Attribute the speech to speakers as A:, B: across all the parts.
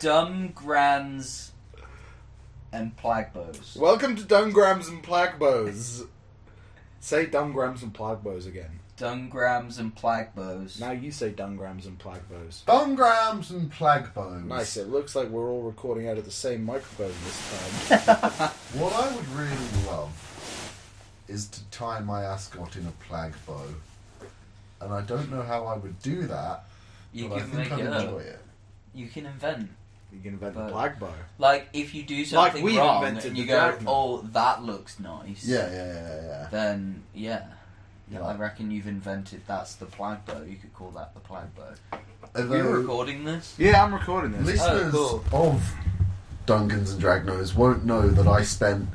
A: Dumb Grands and Plagbos.
B: Welcome to Dumb Grams and Plagbos. say Dumb Grams and Plagbos again.
A: Dumb Grams and Plagbos.
B: Now you say Dumb Grams and Plagbos.
C: Dungrams and Plagbones.
B: Nice, it looks like we're all recording out of the same microphone this time.
C: What I would really love is to tie my ascot in a plag bow. And I don't know how I would do that,
A: You
C: but I
A: can
C: think
A: make
C: I'd
A: it
C: enjoy
A: up.
C: it.
A: You can invent.
B: you can invent
A: But-
B: the Plagbo.
A: Like, if you do something
B: we've
A: wrong
B: invented
A: and you
B: the
A: go,
B: dragon.
A: oh, that looks nice.
C: Yeah, yeah, yeah, yeah.
A: Then, yeah.
C: Yeah.
A: I reckon you've invented that's the plague bow. You could call that the plague bow.
C: yeah.
A: Are you
C: Although
A: recording this?
B: Yeah, I'm recording this.
C: listeners
A: Oh,
C: of Dungans and Dragnos won't know that I spent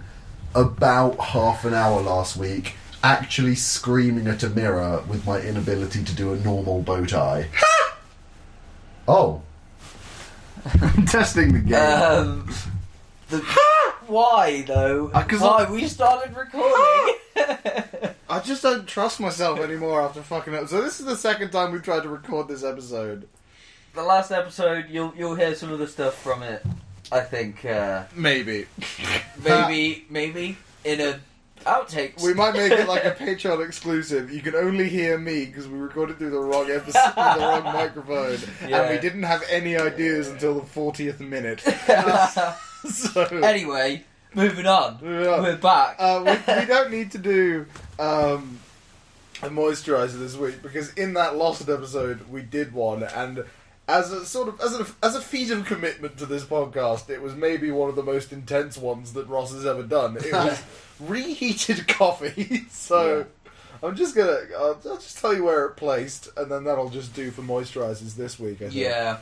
C: about half an hour last week actually screaming at a mirror with my inability to do a normal bow tie. oh.
B: testing the game.
A: Um, the, why though?
B: 'cause
A: why
B: I-
A: we started recording?
B: I just don't trust myself anymore after fucking up. So this is the second time we've tried to record this episode.
A: the last episode, you'll you'll hear some of the stuff from it. I think uh,
B: Maybe.
A: maybe maybe in a outtakes.
B: We might make it like a Patreon exclusive. You can only hear me because we recorded through the wrong episode, the wrong microphone,
A: Yeah.
B: and we didn't have any ideas until the fortieth minute. so
A: anyway, moving on.
B: uh,
A: We're back.
B: we, we don't need to do um, a moisturizer this week because in that lost episode we did one, and as a sort of as a as a feat of commitment to this podcast, it was maybe one of the most intense ones that Ross has ever done. It was reheated coffee. So I'm just gonna I'll, I'll just tell you where it placed, and then that'll just do for moisturizers this week. I think.
A: yeah,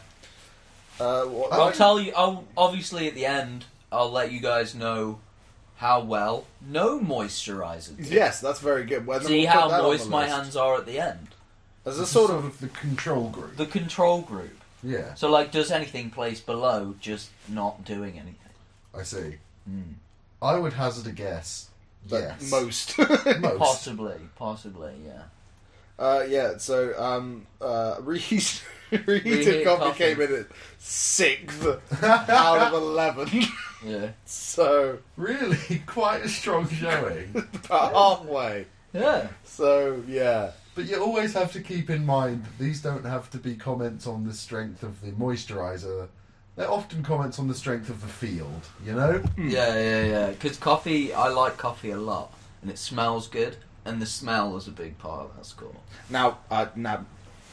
B: Uh, what-
C: I
A: I'll
C: think-
A: tell you. I'll obviously at the end. I'll let you guys know how well no moisturizer. Did.
B: yes, that's very good. Well, then
A: See
B: we'll put
A: how
B: that on
A: moist
B: the
A: my
B: list.
A: hands are at the end.
B: As a
C: This is
B: sort of
C: the control group.
A: The control group.
C: yeah,
A: So, like, does anything place below just not doing anything?
C: I see.
A: Hmm.
C: I would hazard a guess.
B: but
C: yes.
B: most.
C: Most.
A: Possibly, possibly, yeah.
B: Uh, yeah, so um, uh, reheat, reheated
A: Reheated
B: coffee,
A: coffee.
B: came in at sixth out of eleven,
A: Yeah.
B: so
C: Really, quite a strong showing.
B: about halfway.
A: Yeah.
B: So yeah,
C: but you always have to keep in mind that these don't have to be comments on the strength of the moisturizer. They're often comments on the strength of the field, you know?
B: Hmm.
A: Yeah, yeah, yeah. Because coffee, I like coffee a lot, and it smells good, and the smell is a big part of that score.
B: now uh, now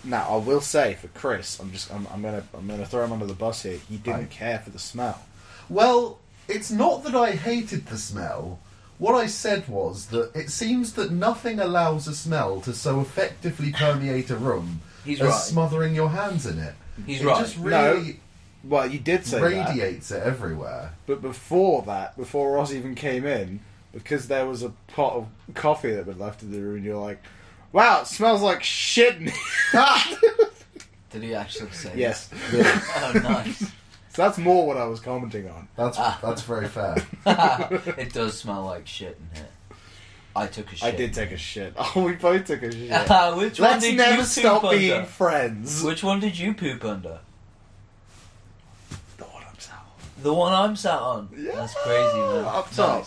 B: now I will say for Chris, I'm just I'm, I'm gonna I'm gonna throw him under the bus here. He didn't
C: I-
B: care for the smell.
C: Well, it's not that I hated the smell. What I said was that it seems that nothing allows a smell to so effectively permeate a room
A: He's
C: as
A: right.
C: smothering your hands in it.
A: He's
C: it
A: right.
C: just really
B: Well, you did say that.
C: radiates it everywhere.
B: But before that, before Ross even came in, because there was a pot of coffee that had left in the room, you're like, "Wow, it smells like shit." in here."
A: Did he actually say
B: yes,
C: Yeah,
A: that?
B: Um,
A: Oh, nice.
B: so that's more what I was commenting on.
C: that's
A: Ah.
C: that's very fair.
A: it does smell like shit in here. I took a shit.
B: I did take a shit. Oh, we both took a shit.
A: Which one
B: Let's
A: did
B: never
A: you
B: stop
A: poop
B: being
A: under?
B: friends.
A: Which one did you poop under?
B: The one I'm sat
A: The one I'm sat on.
B: Yeah.
A: That's crazy, man.
B: Up top. on.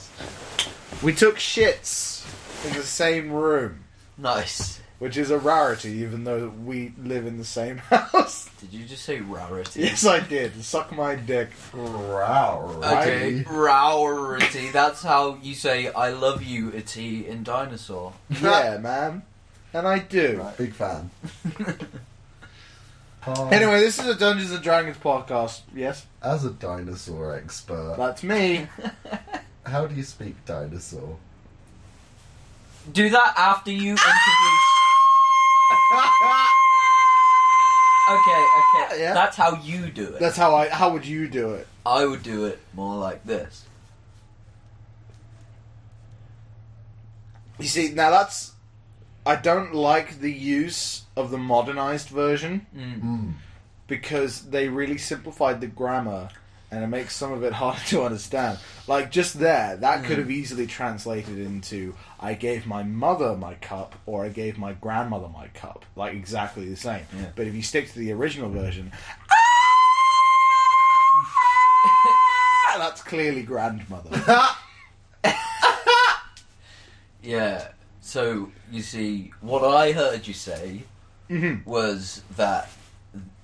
B: We took shits in the same room,
A: Nice. nice.
B: which is a rarity, even though we live in the same house.
A: Did you just say rarity?
B: yes, I did. Suck my dick.
A: Okay,
C: Right.
A: Rowrity. That's how you say "I love you, Itty" in Dinosaur.
B: yeah, man. And I do.
C: Big fan. Uh,
B: Anyway, this is a Dungeons and Dragons podcast. Yes,
C: as a dinosaur expert,
B: that's me.
C: how do you speak dinosaur?
A: Do that after you introduce. Okay, okay.
B: Yeah.
A: That's how you do it.
B: That's how I. How would you do it?
A: I would do it more like this.
B: You see, now that's. I don't like the use of the modernized version
A: Mm.
C: Mm.
B: because they really simplified the grammar and it makes some of it hard to understand. Like just there, that could have easily translated into "I gave my mother my cup" or "I gave my grandmother my cup," like exactly the same.
A: Yeah.
B: But if you stick to the original version, "Ah," that's clearly grandmother.
A: Yeah. So you see, what I heard you say was that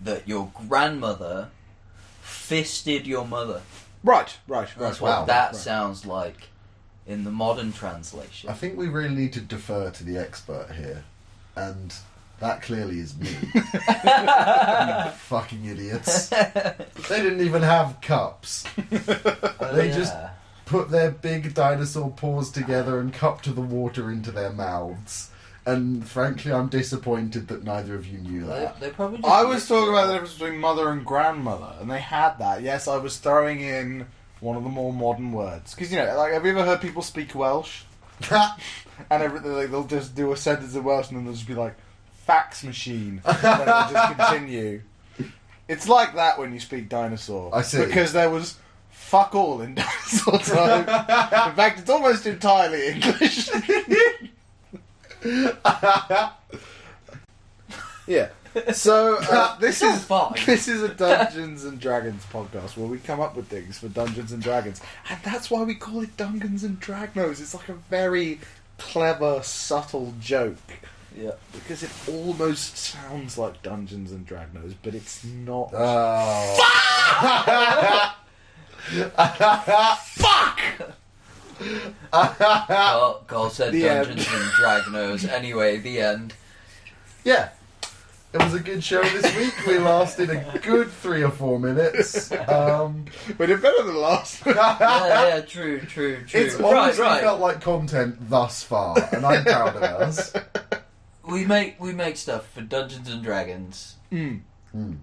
A: that your grandmother fisted your mother.
B: right, right, right.
A: That's
C: Wow.
A: what that
B: Right.
A: sounds like in the modern translation.
C: I think we really need to defer to the expert here, and that clearly is me. You fucking idiots! They didn't even have cups. They just
A: Yeah.
C: put their big dinosaur paws together and cupped the water into their mouths. And frankly, I'm disappointed that neither of you knew
A: They,
C: that.
A: they probably just
B: I was talking about the difference between mother and grandmother, and they had that. Yes, I was throwing in one of the more modern words because you know, like, have you ever heard people speak Welsh? And everything, like, they'll just do a sentence in Welsh, and then they'll just be like, "fax machine," and then it'll just continue. It's like that when you speak dinosaur.
C: I see.
B: because there was fuck all in dinosaur time. in fact, it's almost entirely English. yeah. So uh, this
A: You're
B: is
A: fine.
B: this is a Dungeons and Dragons podcast where we come up with things for Dungeons and Dragons, and that's why we call it Dungeons and Dragnos. It's like a very clever, subtle joke
A: Yeah.
B: because it almost sounds like Dungeons and Dragons, but it's not.
C: Oh.
B: Fuck!
A: Carl, Carl said
B: Ah. The end.
A: Dungeons and Dragons. Anyway, the end.
C: yeah. It was a good show this week. We lasted a good three or four minutes. Um,
B: We did better than last.
A: Yeah, yeah, true, true, true.
C: it's
A: right,
C: honestly
A: right.
C: felt like content thus far, and I'm proud of us.
A: We make we make stuff for Dungeons and Dragons,
B: mm.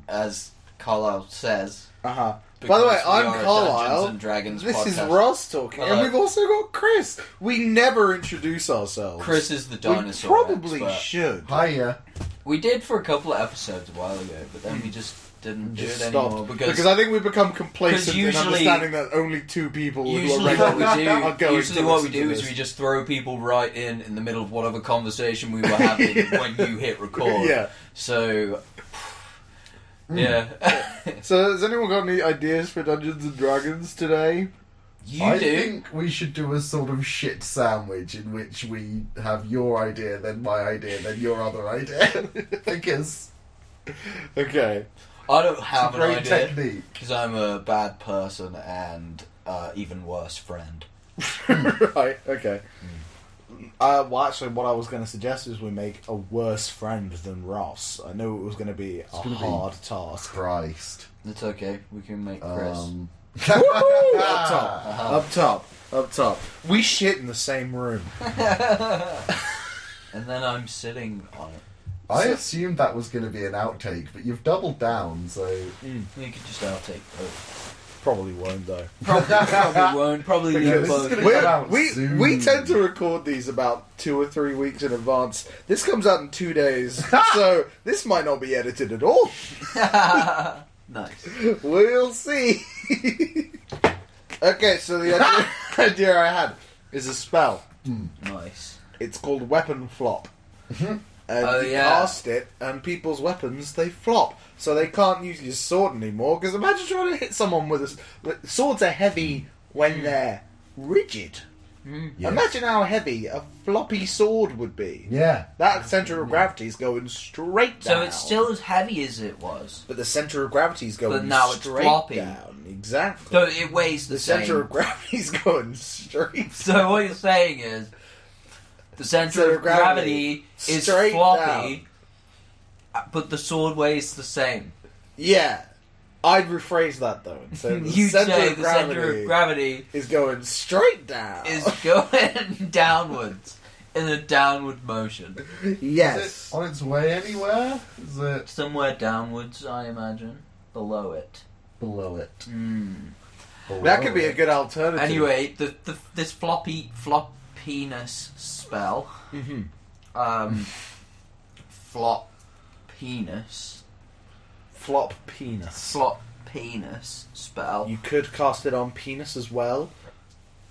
A: as Carlisle says.
B: Uh huh. By the way,
A: because
B: I'm
A: we are a Dungeons
B: Carlisle.
A: and Dragons
B: This is
A: podcast.
B: Ross talking, and
A: Hello.
B: we've also got Chris. We never introduce ourselves.
A: Chris is the
B: we
A: dinosaur.
B: probably
A: expert.
B: should.
C: Hiya.
A: We did for a couple of episodes a while ago, but then we just didn't do
B: Just
A: it
B: stop.
A: anymore
B: because,
A: because,
B: I think we've become complacent
A: because usually-
B: in understanding that only two people who are
A: usually
B: regular
A: what we
B: are
A: do,
B: going
A: usually
B: to
A: what we
B: listen
A: do
B: to
A: is
B: this.
A: we just throw people right in in the middle of whatever conversation we were having when you hit record.
B: Yeah.
A: So, yeah,
B: So has anyone got any ideas for Dungeons and Dragons today?
A: you
C: I
A: do.
C: think we should do a sort of shit sandwich in which we have your idea, then my idea, then your other idea. because
B: Okay.
A: I don't
C: it's a
A: have an
C: great
A: idea
C: technique.
A: because I'm a bad person and uh, even worse friend.
B: right. Okay.
C: Mm.
B: Uh, well, actually, what I was going to suggest is we make a worse friend than Ross. I knew it was going to be a
C: gonna be-
B: hard task.
C: Christ.
A: It's okay. We can make Chris.
C: Um,
B: Woohoo! up top,
C: Ah.
A: Uh-huh.
B: up top, up top. We shit in the same room.
A: and then I'm sitting on it.
C: I assumed that was going to be an outtake, but you've doubled down, so.
A: You could just outtake both.
B: Probably won't though.
A: Probably won't. Probably leave
C: Because-
A: both.
C: It's gonna
B: We're-
C: come out
B: we
C: soon.
B: we tend to record these about two or three weeks in advance. This comes out in two days, so this might not be edited at all.
A: nice.
B: We'll see. okay, so the idea, idea I had is a spell.
A: Nice.
B: It's called Weapon Flop. and
A: Oh,
B: you
A: yeah.
B: cast it, and people's weapons they flop, so they can't use your sword anymore. Because imagine trying to hit someone with a s- like, swords are heavy when they're rigid.
C: Yeah.
B: Imagine how heavy a floppy sword would be.
C: Yeah.
B: That center of gravity is going straight
A: So
B: down.
A: it's still as heavy as it was.
B: but the center of gravity is going
A: now it's
B: straight
A: floppy.
B: down. Exactly.
A: So it weighs the,
B: the
A: same.
B: center of gravity's going straight.
A: So what you're saying is the center,
B: Center
A: of
B: of gravity.
A: gravity, is
B: Straight
A: floppy, but the sword weighs the same.
B: Yeah. I'd rephrase that though and say the
A: You'd
B: center
A: say
B: of
A: the
B: gravity Oh.
A: center of gravity
B: is going straight down.
A: is going downwards in a downward motion.
C: Is it on its way anywhere? Is it
A: Somewhere downwards, I imagine. Below it.
C: below it?
A: Mm.
C: Below
B: That could be a
C: it.
B: good alternative.
A: Anyway, the, the this floppy floppiness spell.
B: hmm
A: Um, flop penis.
B: flop penis.
A: Flop penis spell.
B: You could cast it on penis as well.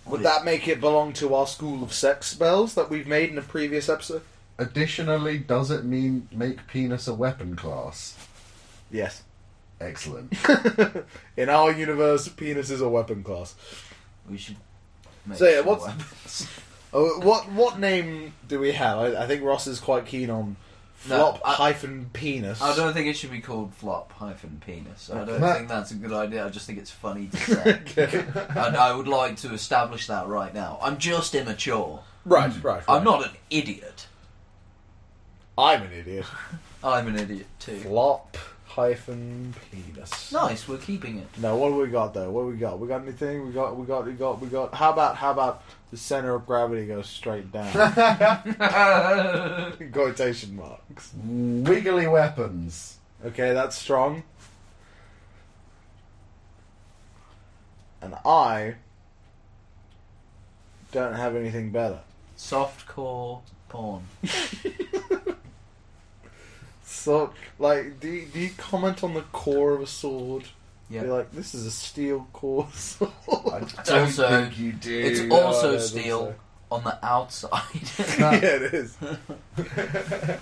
B: Would
A: Would it-
B: that make it belong to our school of sex spells that we've made in a previous episode?
C: Additionally, does it mean make penis a weapon class?
B: Yes.
C: Excellent.
B: in our universe, penis is a weapon class.
A: We should. Make
B: So yeah,
A: sure
B: what's- Oh, what what name do we have? I, I think Ross is quite keen on
A: No,
B: flop
A: I-
B: hyphen penis.
A: I don't think it should be called flop hyphen penis. I don't
C: Matt-
A: think that's a good idea. I just think it's funny to say. and I would like to establish that right now. I'm just immature.
B: Right, right, right.
A: I'm not an idiot.
B: I'm an idiot.
A: I'm an idiot too.
B: Flop hyphen penis.
A: Nice, we're keeping it.
B: No, what do we got though? What do we got? We got anything? We got we got we got we got. How about how about the center of gravity goes straight down? Quotation marks.
C: Wiggly weapons.
B: Okay, that's strong. And I don't have anything better.
A: Softcore porn.
B: So, like, do you, do you comment on the core of a sword?
A: Yeah.
B: You're like, this is a steel core sword.
C: I don't
A: also-
C: think you do.
A: It's
B: Yeah, uh, I
A: also
B: don't
A: steel
B: think
A: on the outside.
B: yeah, it is.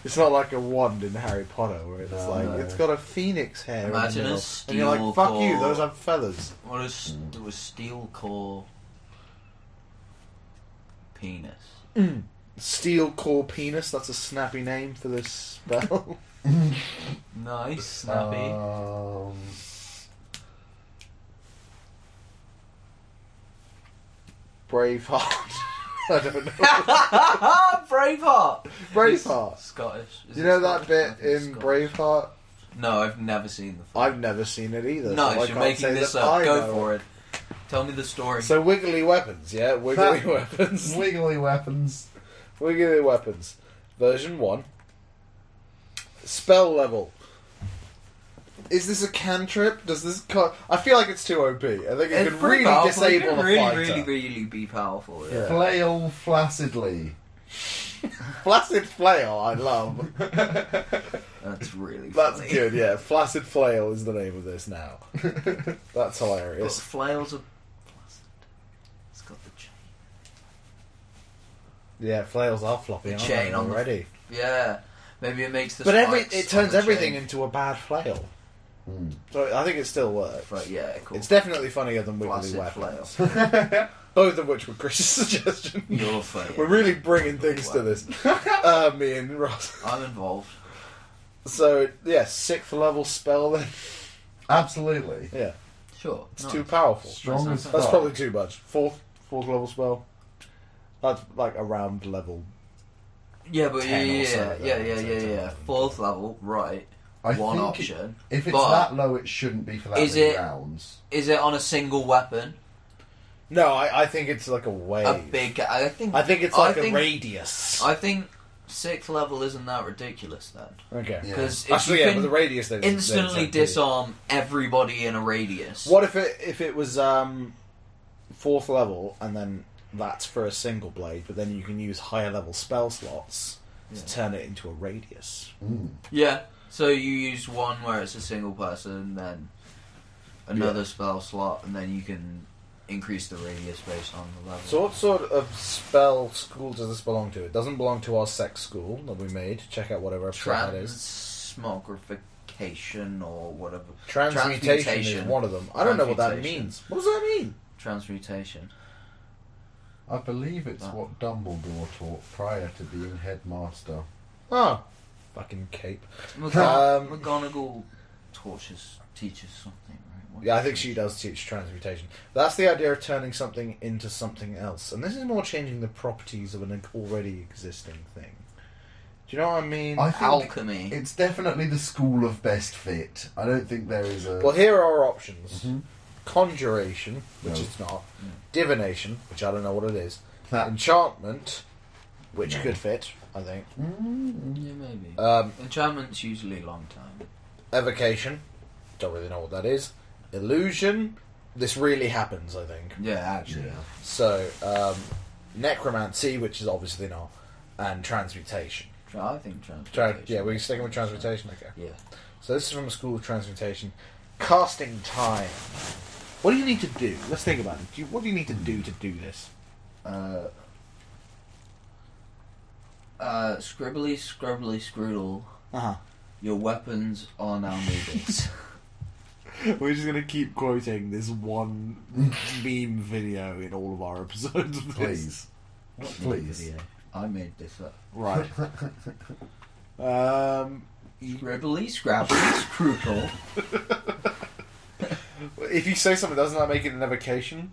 B: it's not like a wand in Harry Potter where it's
C: No,
B: like
C: no.
B: it's got a phoenix hair.
A: Imagine
B: in
A: a
B: the middle. and you're
A: steel
B: like, fuck you,
A: core.
B: those have feathers.
A: what is it was steel core penis?
B: Steel core penis. That's a snappy name for this spell.
A: Nice, snappy.
C: Um,
B: Braveheart. I don't know.
A: Braveheart.
B: Uh, Braveheart.
A: Scottish. Is
B: You
A: it
B: know that
A: Scottish?
B: bit
A: I think it's
B: in
A: Scottish.
B: Braveheart?
A: No, I've never seen the.
B: I've never seen it either. so I
A: Nice, you're
B: can't
A: making
B: say
A: this
B: that
A: up.
B: I
A: Go
B: know
A: for it. Tell me the story.
B: So wiggly weapons, yeah, wiggly weapons,
C: wiggly weapons.
B: wiggly weapons, version one. Spell level. Is this a cantrip? Does this? Co- I feel like it's too OP. I think it
A: it's
B: could
A: pretty
B: really
A: powerful. It
B: disable
A: can
B: the
A: really,
B: fighter.
A: really, really be powerful. Yeah.
B: Yeah.
C: Flail flaccidly.
B: Flaccid flail, I love.
A: That's really.
B: That's
A: funny.
B: good. Yeah, flaccid flail is the name of this now. That's
A: But
B: hilarious.
A: flails are plastic. It's got the chain.
B: Yeah, flails are floppy.
A: The
B: aren't
A: chain
B: they,
A: on the-
B: already?
A: Yeah. Maybe it makes the.
B: But every
A: spikes
B: it
A: on
B: turns
A: the
B: everything
A: chain.
B: into a bad flail.
C: Mm.
B: So I think it still works.
A: But yeah, cool.
B: It's definitely funnier than Wiggly
A: Flaccid
B: Weapons.
A: flails.
B: Both of which were Chris's suggestion.
A: You're funny.
B: We're really bringing things to this. uh, me and Ross.
A: I'm involved.
B: So, yeah, sixth level spell then.
C: Absolutely.
B: Yeah,
A: Sure.
B: it's
A: nice.
B: too powerful.
C: Strong as
A: That's
B: That's
C: fuck.
B: probably too much. Fourth, fourth level spell. That's like around level.
A: Yeah, but yeah,
B: 10 or
A: yeah,
B: so,
A: yeah, yeah,
B: though,
A: yeah,
B: so
A: yeah,
B: it's
A: yeah.
B: not-
A: Fourth level, right?
C: I
A: One
C: think
A: option.
C: It, if it's
A: But-
C: that low, it shouldn't be for that
A: Is
C: many
A: it-
C: rounds.
A: Is it on a single weapon?
B: No, I, I think it's like a wave.
A: A big. I think.
B: I think it's
A: I
B: like a
A: think-
B: radius.
A: I think sixth level isn't that ridiculous then,
B: okay.
C: Yeah.
A: because if
B: Actually,
A: you
B: yeah,
A: can
B: but the radius thing. is-
A: instantly
B: that's okay.
A: disarm everybody in a radius,
B: What if it if it was um, fourth level and then that's for a single blade, but then you can use higher level spell slots
A: Yeah.
B: to turn it into a radius.
C: Mm.
A: Yeah. So you use one where it's a single person, then another spell slot, and then you can increase the radius based on the level.
B: So, what sort of spell school does this belong to? It doesn't belong to our sex school that we made. Check out whatever episode that is.
A: transmogrification or whatever
B: Transmutation is
A: Transmutation.
B: one of them. I don't know what that
A: Transmutation.
B: means. What does that mean?
A: transmutation.
C: I believe it's
A: That.
C: what Dumbledore taught prior to being headmaster.
B: Oh, fucking cape.
A: McGon-
B: Um,
A: McGonagall tortures teaches something, right? What
B: Yeah, I
A: is
B: think
A: it?
B: she does teach transmutation. That's the idea of turning something into something else, and this is more changing the properties of an already existing thing. Do you know what I mean?
C: I think
A: alchemy.
C: it's definitely the school of best fit. I don't think there is a.
B: Well, here are our options:
C: Mhm.
B: conjuration, which
C: No.
B: it's not;
A: No.
B: divination, which I don't know what it is;
C: That-
B: enchantment, which
C: No.
B: could fit, I think;
C: Mm.
A: yeah, maybe.
B: um,
A: Enchantment's usually a long time.
B: evocation. Don't really know what that is. Illusion. This really happens, I think.
A: Yeah, actually.
C: Yeah.
B: So, um, necromancy, which is obviously not, and transmutation.
A: Tra- I think transmutation.
B: Tra- yeah, we're sticking with transmutation. Okay.
A: Yeah.
B: So this is from a school of transmutation. casting time. What do you need to do? Let's think about it. Do you, what do you need to do to do this?
A: Uh, uh, scribbly, scrubbly, scroodle.
C: Uh-huh.
B: Uh
A: Your weapons are now movies.
B: huh. We're just gonna keep quoting this one meme video in all of our episodes. Of this.
C: Please. Please.
A: I made this up.
B: Right. Um,
A: Scribbly, scrabbly, scruple.
B: if you say something, doesn't that make it an evocation?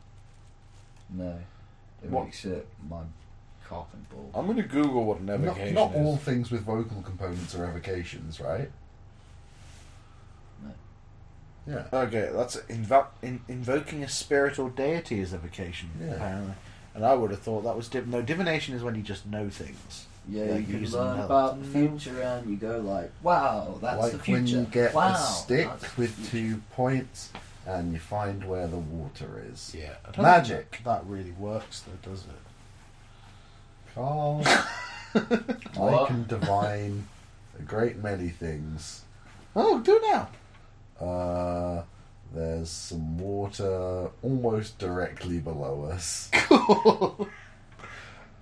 A: No. It
B: What?
A: makes it my cock and ball.
B: I'm gonna Google what an
C: not,
B: evocation
C: not
B: is.
C: all things with vocal components are evocations, right?
A: No.
C: Yeah.
B: Okay, that's invo- in- invoking a spirit or deity is evocation,
C: Yeah.
B: apparently. And I would have thought that was div- no divination is when you just know things.
A: Yeah,
B: Yeah,
A: you
B: use
A: can
B: them
A: learn
B: out.
A: about the future and you go like, wow, that's
C: like
A: the future.
C: when you get
A: wow,
C: a stick
A: that's the
C: with
A: future."
C: two points and you find where the water is.
B: Yeah,
C: Magic.
B: That, that really works, though, does it?
C: Carl, I
A: What?
C: can divine a great many things.
B: Oh, do it now.
C: Uh, there's some water almost directly below us.
B: Cool.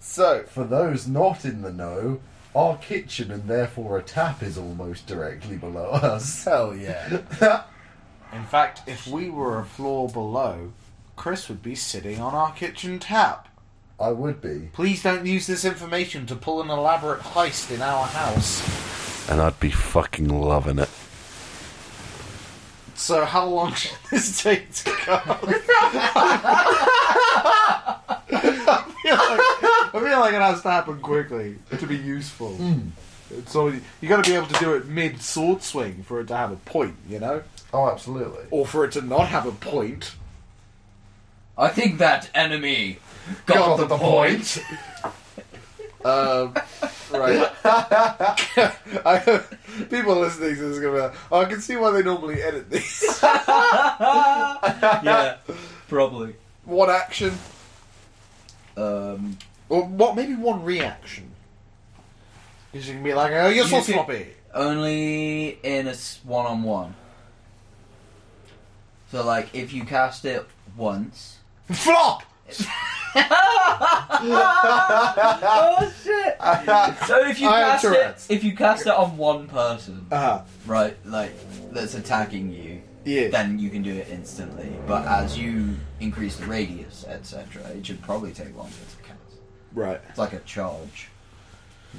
B: so,
C: For those not in the know, our kitchen and therefore a tap is almost directly below us.
B: hell yeah. In fact, if we were a floor below, Chris would be sitting on our kitchen tap.
C: I would be.
B: Please don't use this information to pull an elaborate heist in our house.
C: And I'd be fucking loving it.
B: So, how long should this take to come? I feel like it has to happen quickly to be useful. So you got to be able to do it mid sword swing for it to have a point, you know,
C: Oh, absolutely.
B: or for it to not have a point.
A: I think that enemy got, the, point.
B: um, right. I, people listening to this are gonna be like, oh, I can see why they normally edit these.
A: yeah, probably.
B: one action,
A: Um,
B: or what? Maybe one reaction. Because you can be like, oh, you're so
A: You can-
B: sloppy.
A: only in a s- one-on-one. So, like, if you cast it once.
B: Flop.
A: oh shit!
B: Uh-huh.
A: So if you
B: I have
A: cast it,
B: Tourette's.
A: if you cast it on one person,
B: Uh-huh.
A: right, like that's attacking you,
B: Yeah.
A: then you can do it instantly. But as you increase the radius, etc., it should probably take longer to cast.
B: Right.
A: It's like a charge.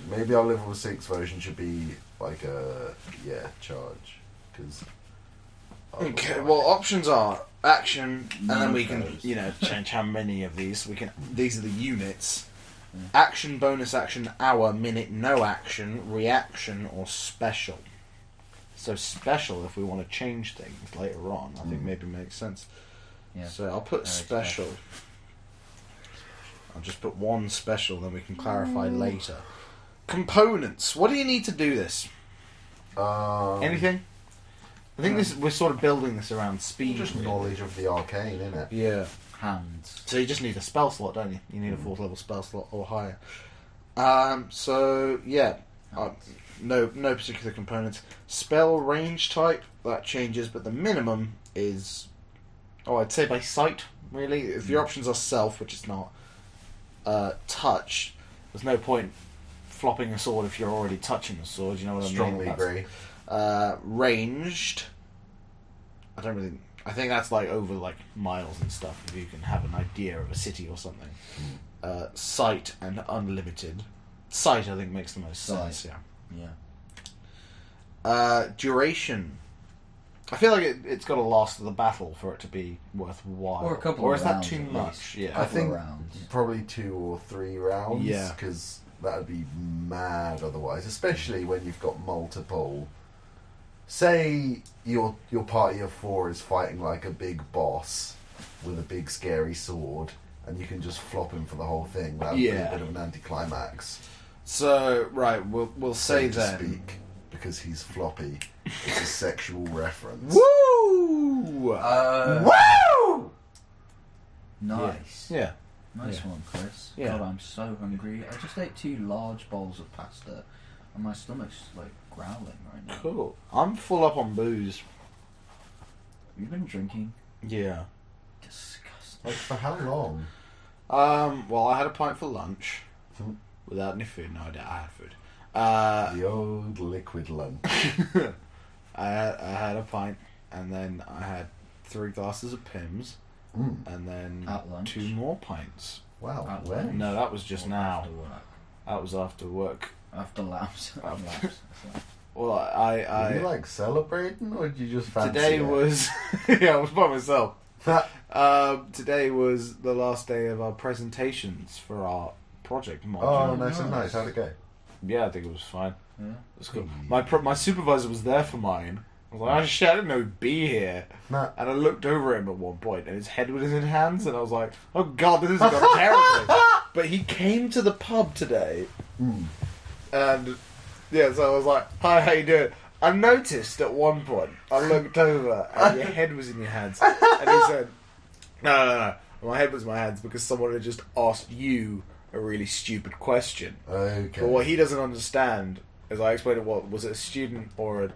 C: Maybe our level six version should be like a yeah charge because.
B: Okay, well, options are action, and then we can,
C: Numbers.
B: you know, change how many of these. We can. These are the units. Action, bonus action, hour, minute, no action, reaction, or special. So special, if we want to change things later on, I think maybe makes sense.
A: Yeah.
B: So I'll put
A: Very
B: special. I'll just put one special, then we can clarify later. Components. What do you need to do this?
C: um,
B: Anything? I think this we're sort of building this around speed.
C: Just
B: really.
C: knowledge of the arcane, innit?
B: Yeah.
A: Hands.
B: So you just need a spell slot, don't you? You need a
C: Mm.
B: fourth level spell slot or higher. Um, so yeah, uh, no no particular components. Spell range type that changes, but the minimum is oh I'd say by sight really. If
C: Mm.
B: your options are self, which it's not, uh, touch. There's no point flopping a sword if you're already touching the sword. You know what I mean?
C: Strongly
B: That's-
C: agree.
B: uh, ranged. I don't really. I think that's like over like miles and stuff. If you can have an idea of a city or something.
A: Hmm.
B: Uh, sight and unlimited. Sight, I think, makes the most
A: Sight.
B: sense. Yeah.
A: Yeah.
B: Uh, duration. I feel like it, it's got to last the battle for it to be worthwhile.
A: Or a couple
B: Or
A: of
B: is that
A: rounds
B: too
A: at
B: much?
A: least.
C: I
B: Yeah.
A: Couple
C: think
A: rounds.
C: probably two or three rounds.
B: Yeah.
C: because that would be mad otherwise, especially when you've got multiple. Say your your party of four is fighting like a big boss with a big scary sword, and you can just flop him for the whole thing. That would
B: Yeah.
C: be a bit of an anticlimax,
B: So right, we'll we'll say
C: so
B: then.
C: to speak, because he's floppy. It's a sexual reference.
B: Woo!
A: Uh,
B: Woo!
A: Nice.
B: Yeah.
A: Nice
B: Yeah.
A: one, Chris.
B: Yeah.
A: God, I'm so hungry. I just ate two large bowls of pasta, and my stomach's like growling right now.
B: Cool. I'm full up on booze.
A: You've been drinking.
B: Yeah.
A: Disgusting.
C: Like, for how long?
B: Um, well, I had a pint for lunch.
C: Hmm.
B: Without any food. No, I, did, I had food. Uh,
C: The old liquid lunch.
B: I, had, I had a pint, and then I had three glasses of Pims,
C: Mm,
B: and then
A: At lunch?
B: two more pints.
C: wow.
A: At
C: When?
B: Uh, No, that was just now.
A: After work.
B: That was after work.
A: After laps.
B: After-
A: laps.
B: Well, I.
C: Were
B: I
C: you like celebrating, or did you just fancy
B: today
C: it?
B: was. yeah, I was by myself.
C: Ha,
B: Um, today was the last day of our presentations for our project module.
C: oh, nice and nice. How'd it go?
B: Yeah, I think it was fine.
A: Yeah.
B: It was cool. My pro- my supervisor was there for mine. I was like, I shit, I didn't know he'd be here.
C: Nah.
B: And I looked over at him at one point, and his head was in his hands, and I was like, oh god, this has gone terribly. But he came to the pub today,
C: Mm.
B: and yeah, so I was like, hi, how you doing? I noticed at one point, I looked over, and your head was in your hands. And he said, no, no, no, my head was in my hands because someone had just asked you a really stupid question.
C: Okay.
B: But what he doesn't understand is I explained it. What was it, a student or a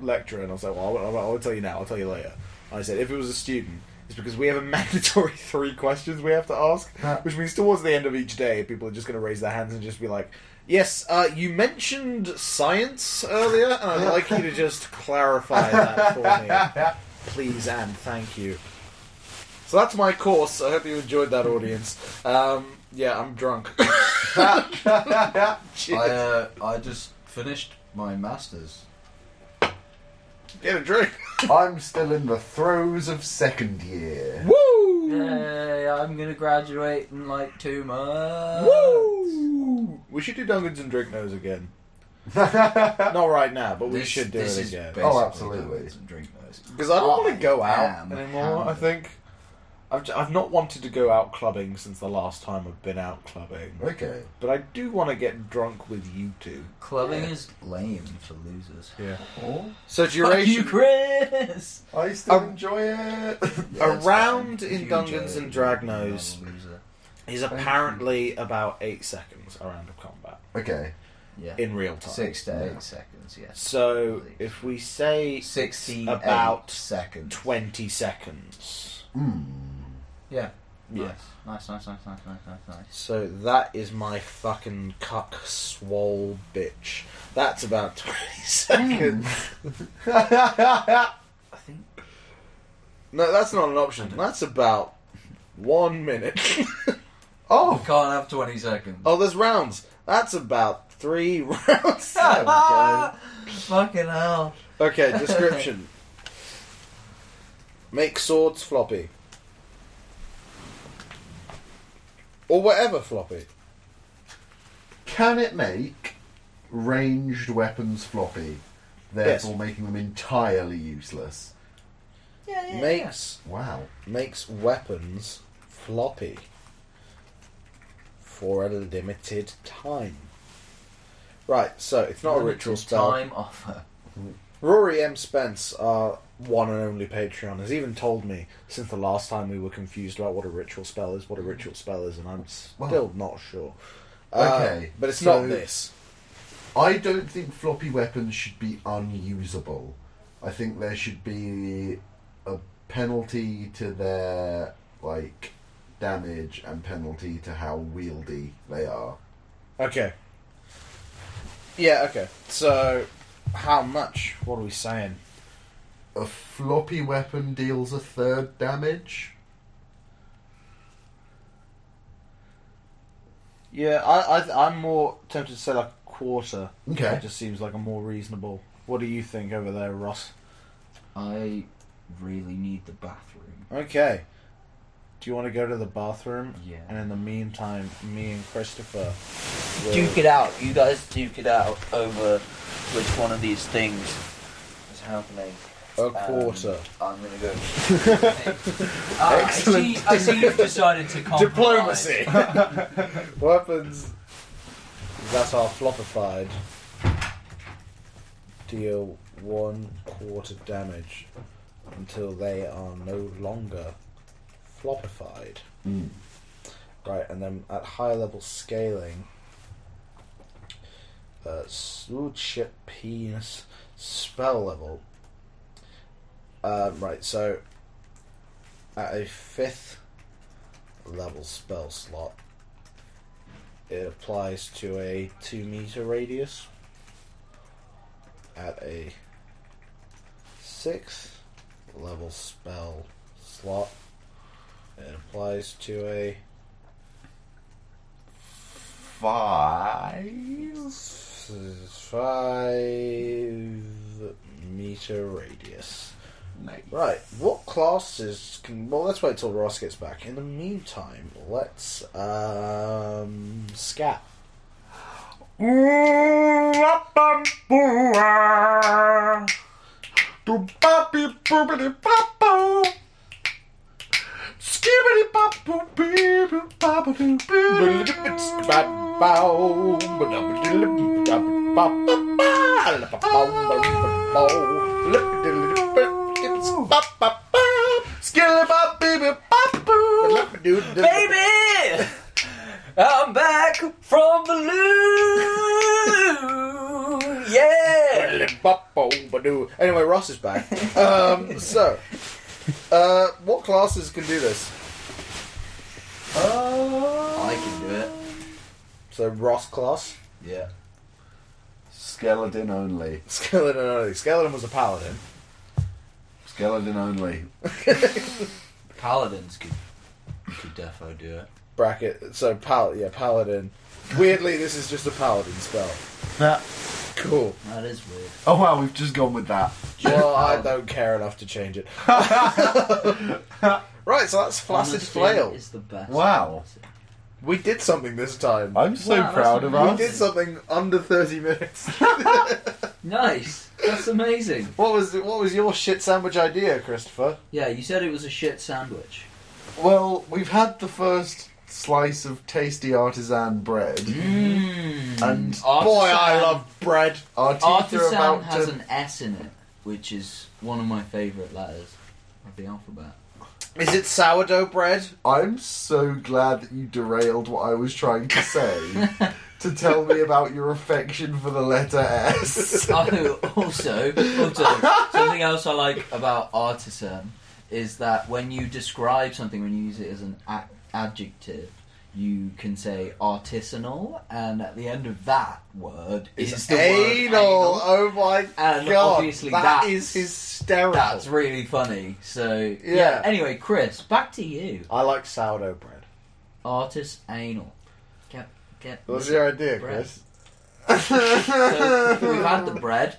B: lecturer? And I was like, "Well, I'll, I'll, I'll tell you now. I'll tell you later." I said, "If it was a student, it's because we have a mandatory three questions we have to ask,
C: Huh.
B: which means towards the end of each day, people are just going to raise their hands and just be like." Yes, uh, you mentioned science earlier, and I'd like you to just clarify that for me, please and thank you. So that's my course. I hope you enjoyed that, audience. Um, yeah, I'm drunk.
A: I,
B: Cheers.
A: uh, I just finished my masters.
B: Get a drink.
C: I'm still in the throes of second year.
B: Woo!
A: Yay! I'm gonna graduate in like two months.
B: Woo! We should do Dungeons and Drink Nose again.
C: yeah,
B: Not right now, but we
A: This-
B: should do
A: this
B: it
A: is Oh,
B: again.
A: basically
C: Oh, absolutely.
A: Dungeons and Drink Nerds.
B: Because I don't want
A: I
B: to go out
A: am
B: anymore. I
A: hammered.
B: think I've j- I've not wanted to go out clubbing since the last time I've been out clubbing.
C: Okay.
B: But I do want to get drunk with you two.
A: Clubbing is lame for losers.
B: Yeah.
C: Oh,
B: So
A: Fuck you,
B: duration
A: Chris.
C: I still
B: Um,
C: enjoy it.
B: A round in Dungeons and Dragnos is
C: you.
B: apparently about eight seconds around of combat
C: okay.
A: Yeah.
B: in real time.
A: Six to eight
C: Yeah.
A: seconds. Yes.
B: So if we say
A: Sixty
B: about
A: seconds.
B: 20 seconds.
C: Mm.
A: Yeah.
B: Yeah.
A: Nice. Nice. Nice. Nice. Nice. Nice. Nice. nice.
B: So that is my fucking cuck swole bitch. That's about 20 seconds.
A: Hmm. I think.
B: No, that's not an option. That's about one minute.
C: Oh,
A: Can't have twenty seconds.
B: oh, there's rounds. That's about three rounds.
C: there we go.
A: Fucking hell.
B: okay, description. Make swords floppy. Or whatever floppy.
C: Can it make ranged weapons floppy, therefore
B: Yes.
C: making them entirely useless?
A: Yeah. Yeah.
B: Makes
C: Wow.
B: makes weapons floppy for a limited time. Right, so it's not a ritual spell.
A: Time offer.
B: Rory M. Spence, our one and only Patreon, has even told me since the last time we were confused about what a ritual spell is, what a ritual spell is, and I'm
C: Wow.
B: still not sure. Uh,
C: Okay,
B: but it's
C: so-
B: not this.
C: I don't think floppy weapons should be unusable. I think there should be a penalty to their like damage and penalty to how wieldy they are.
B: Okay. Yeah, okay. So, how much? What are we saying?
C: A floppy weapon deals a third damage.
B: Yeah, I, I I'm more tempted to say like a quarter.
C: Okay.
B: That just seems like a more reasonable. What do you think over there, Ross?
A: I really need the bathroom.
B: Okay. Do you want to go to the bathroom?
A: Yeah.
B: And in the meantime, me and Christopher. will-
A: Duke it out. You guys duke it out over which one of these things is happening.
B: A
A: Um,
B: quarter.
A: I'm gonna go. Ah, I see. I see you've decided to compromise.
B: Diplomacy. Weapons. That are floppified. Deal one quarter damage until they are no longer floppified.
C: Mm.
B: Right, and then at higher level scaling, uh, ooh, shit, penis spell level, Um, right, so at a fifth level spell slot, it applies to a two meter radius. At a sixth level spell slot, it applies to a
D: Five.
B: five meter radius.
D: Nice.
B: Right, what classes can. Well, let's wait till Ross gets back. In the meantime, let's. Um. Scat.
D: Ooh, up and boo, ah. Do boppy boopity popo. Skibbity pop boop beep pop doo Skilly pop baby pop boo.
A: Baby! I'm back from the loo! Yeah!
B: Anyway, Ross is back. Um, so, uh, what classes can do this?
A: I can do it.
B: So, Ross class.
A: Yeah.
C: Skeleton only.
B: Skeleton only. Skeleton was a paladin.
C: Skeleton only.
A: Paladins could, could defo do it.
B: Bracket. So, pal- yeah, paladin. Weirdly, this is just a paladin spell.
C: That.
B: Cool.
A: That is weird.
C: Oh wow, we've just gone with that.
B: Well, I don't care enough to change it. right, so that's Flaccid
A: Honesty
B: Flail.
A: Is the best
C: Wow.
B: We did something this time.
C: I'm so
A: Wow, that's
C: proud of
B: We
C: us.
B: did something under 30 minutes.
A: Nice. That's amazing.
B: what was what was your shit sandwich idea, Christopher?
A: Yeah, you said it was a shit sandwich.
C: Well, we've had the first slice of tasty artisan bread,
A: Mmm.
C: and
B: Boy, I love bread.
C: our teeth
A: Artisan
C: are about
A: has
C: to.
A: an S in it, which is one of my favourite letters of the alphabet.
B: Is it sourdough bread?
C: I'm so glad that you derailed what I was trying to say to tell me about your affection for the letter S.
A: oh, also, also, something else I like about artisan is that when you describe something, when you use it as an a- adjective, you can say artisanal, and at the end of that word is the word anal.
B: Oh my
A: And
B: god.
A: obviously
B: that
A: that's-
B: is hysterical.
A: That's really funny. So yeah.
B: Yeah.
A: Anyway, Chris, back to you.
B: I like sourdough bread.
A: Artist anal. Get get.
B: What was your idea,
A: Bread.
B: Chris?
A: So we've had the bread.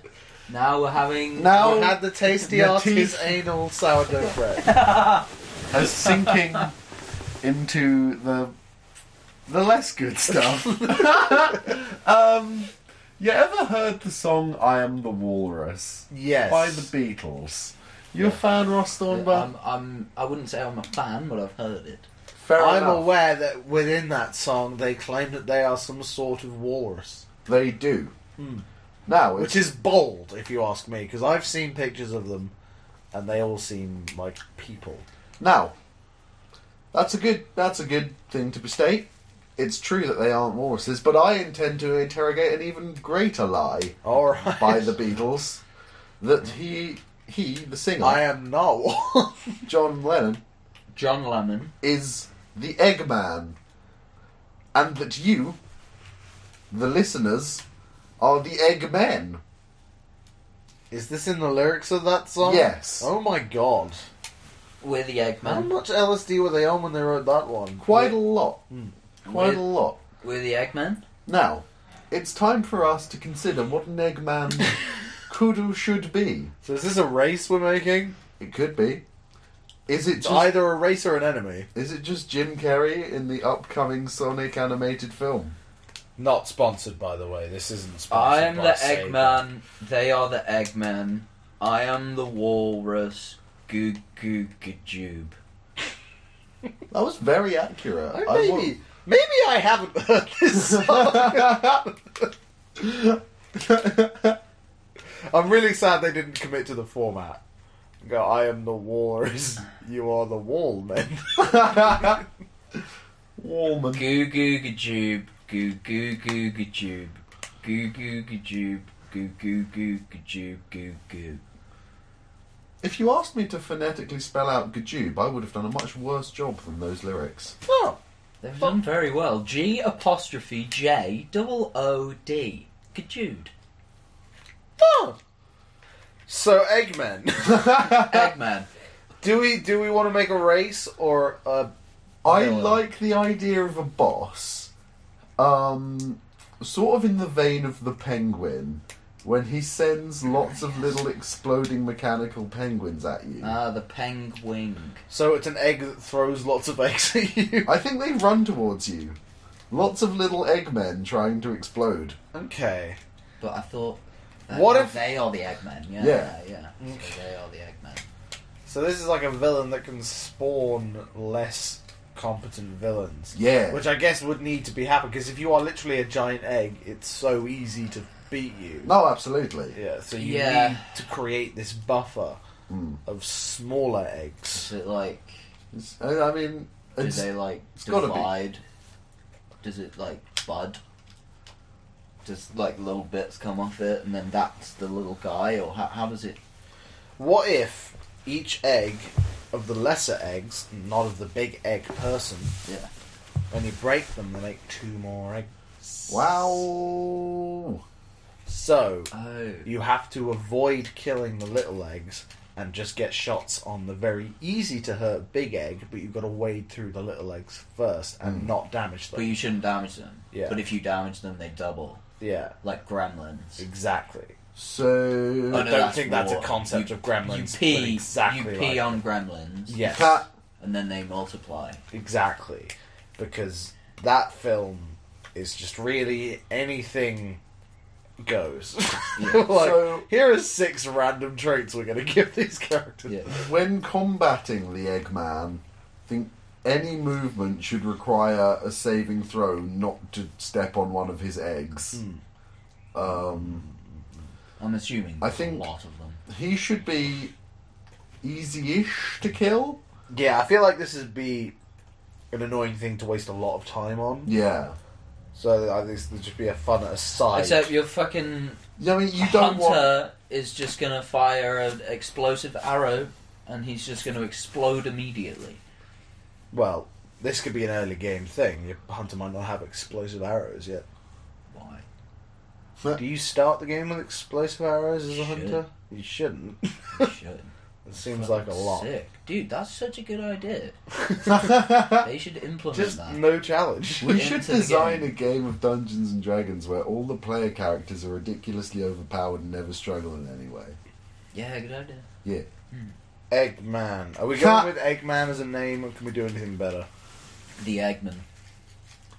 A: Now we're having. Um,
C: Now
B: we had the tasty
C: the
B: artist
C: teeth-
B: anal sourdough bread.
C: as sinking into the the less good stuff. um, you ever heard the song "I Am the Walrus"
B: yes.
C: by the Beatles? You a fan, Ross Thornberg?
A: I'm, I'm, um, I wouldn't say I'm a fan, but I've heard it.
C: Fair
B: I'm
C: enough.
B: aware that within that song they claim that they are some sort of walrus,
C: They do.
B: Hmm.
C: Now,
B: which
C: it's,
B: is bold if you ask me, because I've seen pictures of them, and they all seem like people.
C: now, that's a good that's a good thing to state. It's true that they aren't walruses, but I intend to interrogate an even greater lie
B: All right,
C: by the Beatles that he he the singer
B: I am not one.
C: John Lennon
A: John Lennon.
C: is the Eggman, and that you, the listeners, are the Eggmen.
B: is this in the lyrics of that song?
C: Yes.
B: Oh my god!
A: We're the
B: How
A: Eggman.
B: much LSD were they on when they wrote that one?
C: Quite a lot. Quite
A: We're,
C: a lot.
A: we're the Eggman.
C: Now, it's time for us to consider what an Eggman could or should be.
B: So is this a race we're making?
C: It could be. Is it
B: It's
C: just,
B: either a race or an enemy.
C: is it just Jim Carrey in the upcoming Sonic animated film?
B: Not sponsored, by the way. This isn't sponsored.
A: I'm
B: by
A: the
B: Sega.
A: Eggman. They are the Eggman. I am the Walrus. Goo goo gajoob.
C: That was very accurate.
B: Oh,
C: I
B: maybe,
C: wa-
B: maybe I haven't heard this song. I'm really sad they didn't commit to the format. Go, I am the walrus, you are the wall, man.
C: Wallman.
A: Goo goo gajoob. Goo goo goo gajoob. Goo goo gajoob. Goo goo goo gajoob. Goo goo.
C: If you asked me to phonetically spell out Gajube, I would have done a much worse job than those lyrics.
B: Oh,
A: They've done very well. G apostrophe J double O D. Gajude.
B: oh. So Eggman,
A: Eggman.
B: do we do we want to make a race or a
C: I
B: Yeah.
C: like the idea of a boss, um, sort of in the vein of the penguin, when he sends lots of little exploding mechanical penguins at you.
A: Ah, the penguin.
B: so it's an egg that throws lots of eggs at you?
C: I think they run towards you. Lots of little eggmen trying to explode.
B: Okay.
A: But I thought. uh,
B: What if-
A: they are the Eggman? Yeah, yeah,
C: Yeah.
A: yeah. So they are the Eggman.
B: So this is like a villain that can spawn less competent villains.
C: Yeah.
B: Which I guess would need to be happening because if you are literally a giant egg, it's so easy to beat you.
C: No, absolutely.
B: Yeah, so you
A: Yeah.
B: need to create this buffer
C: Mm.
B: of smaller
A: Is
B: eggs.
A: it like?
C: It's- I I mean,
A: Do
C: it's,
A: they like
C: it's gotta be.
A: divide? Does it like bud? Does like little bits come off it, and then that's the little guy, or how, how does it?
B: What if each egg of the lesser eggs, not of the big egg person,
A: Yeah.
B: when you break them, they make two more eggs?
C: wow.
B: So
A: Oh,
B: you have to avoid killing the little eggs and just get shots on the very easy to hurt big egg, but you've got to wade through the little eggs first and not damage them.
A: but you shouldn't damage them.
B: Yeah.
A: But if you damage them, they double,
B: yeah,
A: like gremlins.
B: exactly.
C: So
A: Oh,
B: I
A: no,
B: don't
A: that's
B: think that's a
A: more-
B: concept
A: you-
B: of Gremlins,
A: You pee,
B: but exactly like
A: you pee
B: it.
A: on gremlins,
B: Yes.
C: Cat-
A: and then they multiply.
B: Exactly. Because that film is just really anything goes.
A: Yeah.
B: like,
C: So-
B: here are six random traits we're going to give these characters.
A: Yeah.
C: when combating the Eggman, I think any movement should require a saving throw not to step on one of his eggs. Um,
A: I'm assuming.
C: I
A: there's
C: think-
A: a lot of them.
C: he should be easy-ish to kill.
B: Yeah, I feel like this would be an annoying thing to waste a lot of time on.
C: Yeah.
B: So I think this would just be a fun aside.
A: Except your fucking
C: I mean, you don't
A: hunter
C: want.
A: is just gonna fire an explosive arrow, and he's just gonna explode immediately.
B: well, this could be an early game thing. Your hunter might not have explosive arrows yet.
A: Why?
B: Do you start the game with explosive arrows as a
A: Should.
B: hunter? You shouldn't.
A: You should.
B: It seems like a lot.
A: Sick, dude. That's such a good idea.
C: Ah,
A: They should implement
B: Just
A: that.
B: no challenge.
C: We should
A: into the
C: design
A: game.
C: a game of Dungeons and Dragons where all the player characters are ridiculously overpowered and never struggle in any way.
A: Yeah, good idea.
C: Yeah.
B: Eggman. Are we
C: Cat.
B: going with Eggman as a name, or can we do anything better?
A: The Eggman.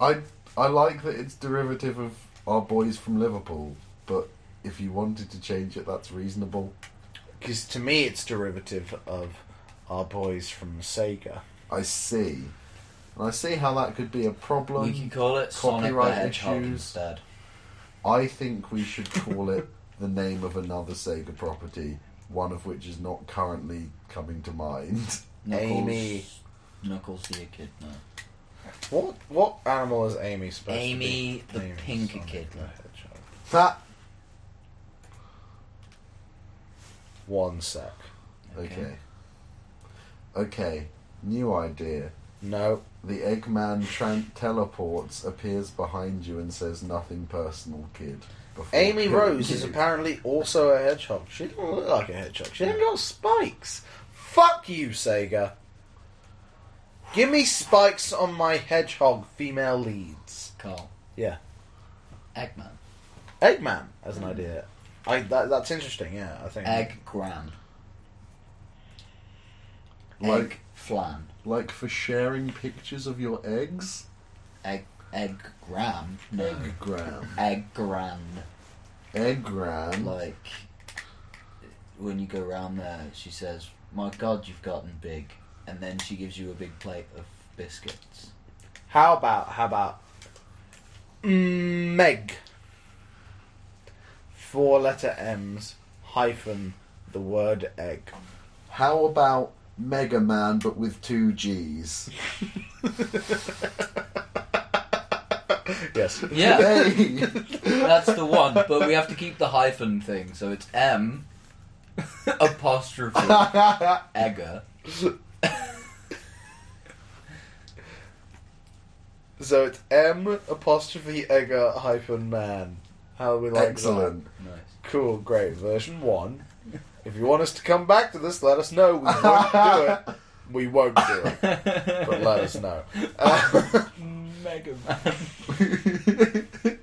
C: I I like that it's derivative of our boys from Liverpool, but if you wanted to change it, that's reasonable.
B: Because to me, it's derivative of our boys from Sega.
C: I see. And I see how that could be a
A: We
C: problem.
A: can call it Sonic the
C: copyright
A: Hedgehog
C: issues.
A: instead.
C: I think we should call it the name of another Sega property, one of which is not currently coming to mind.
B: Amy.
A: Knuckles the Echidna.
B: What what animal is Amy supposed
A: Amy
B: to
A: the
B: be?
A: pink
B: Sonic
A: echidna.
B: the Hedgehog.
C: That
B: One sec.
C: okay. okay. New idea.
B: No.
C: The Eggman tran teleports, appears behind you, and says nothing personal, kid. before
B: Amy
C: killing
B: Rose is
C: you.
B: apparently also a hedgehog. She doesn't look like a hedgehog. She hasn't got spikes. Fuck you, Sega. Give me spikes on my hedgehog female leads.
A: Carl.
B: Yeah.
A: Eggman.
B: Eggman as an idea. I that, that's interesting. Yeah, I think.
A: Egg Gran. Egg
C: Like-
A: Flan.
C: Like for sharing pictures of your eggs?
A: Egg Egg Gram. No.
C: Egggram.
A: Egg Grand.
C: Eggram.
A: Like when you go round there, she says, "My God, you've gotten big," and then she gives you a big plate of biscuits.
B: How about how about Meg? Four letter M's hyphen the word egg.
C: How about Mega Man but with two G's?
B: Yes.
A: Yeah,
C: Hey!
A: that's the one. But we have to keep the hyphen thing, so it's M. apostrophe egger.
B: So it's M apostrophe Egger hyphen man. How we like that?
D: Excellent.
A: Nice.
B: Cool, great. Version one. If you want us to come back to this, let us know. We won't do it. We won't do it. But let us know. Uh,
A: Mega Man.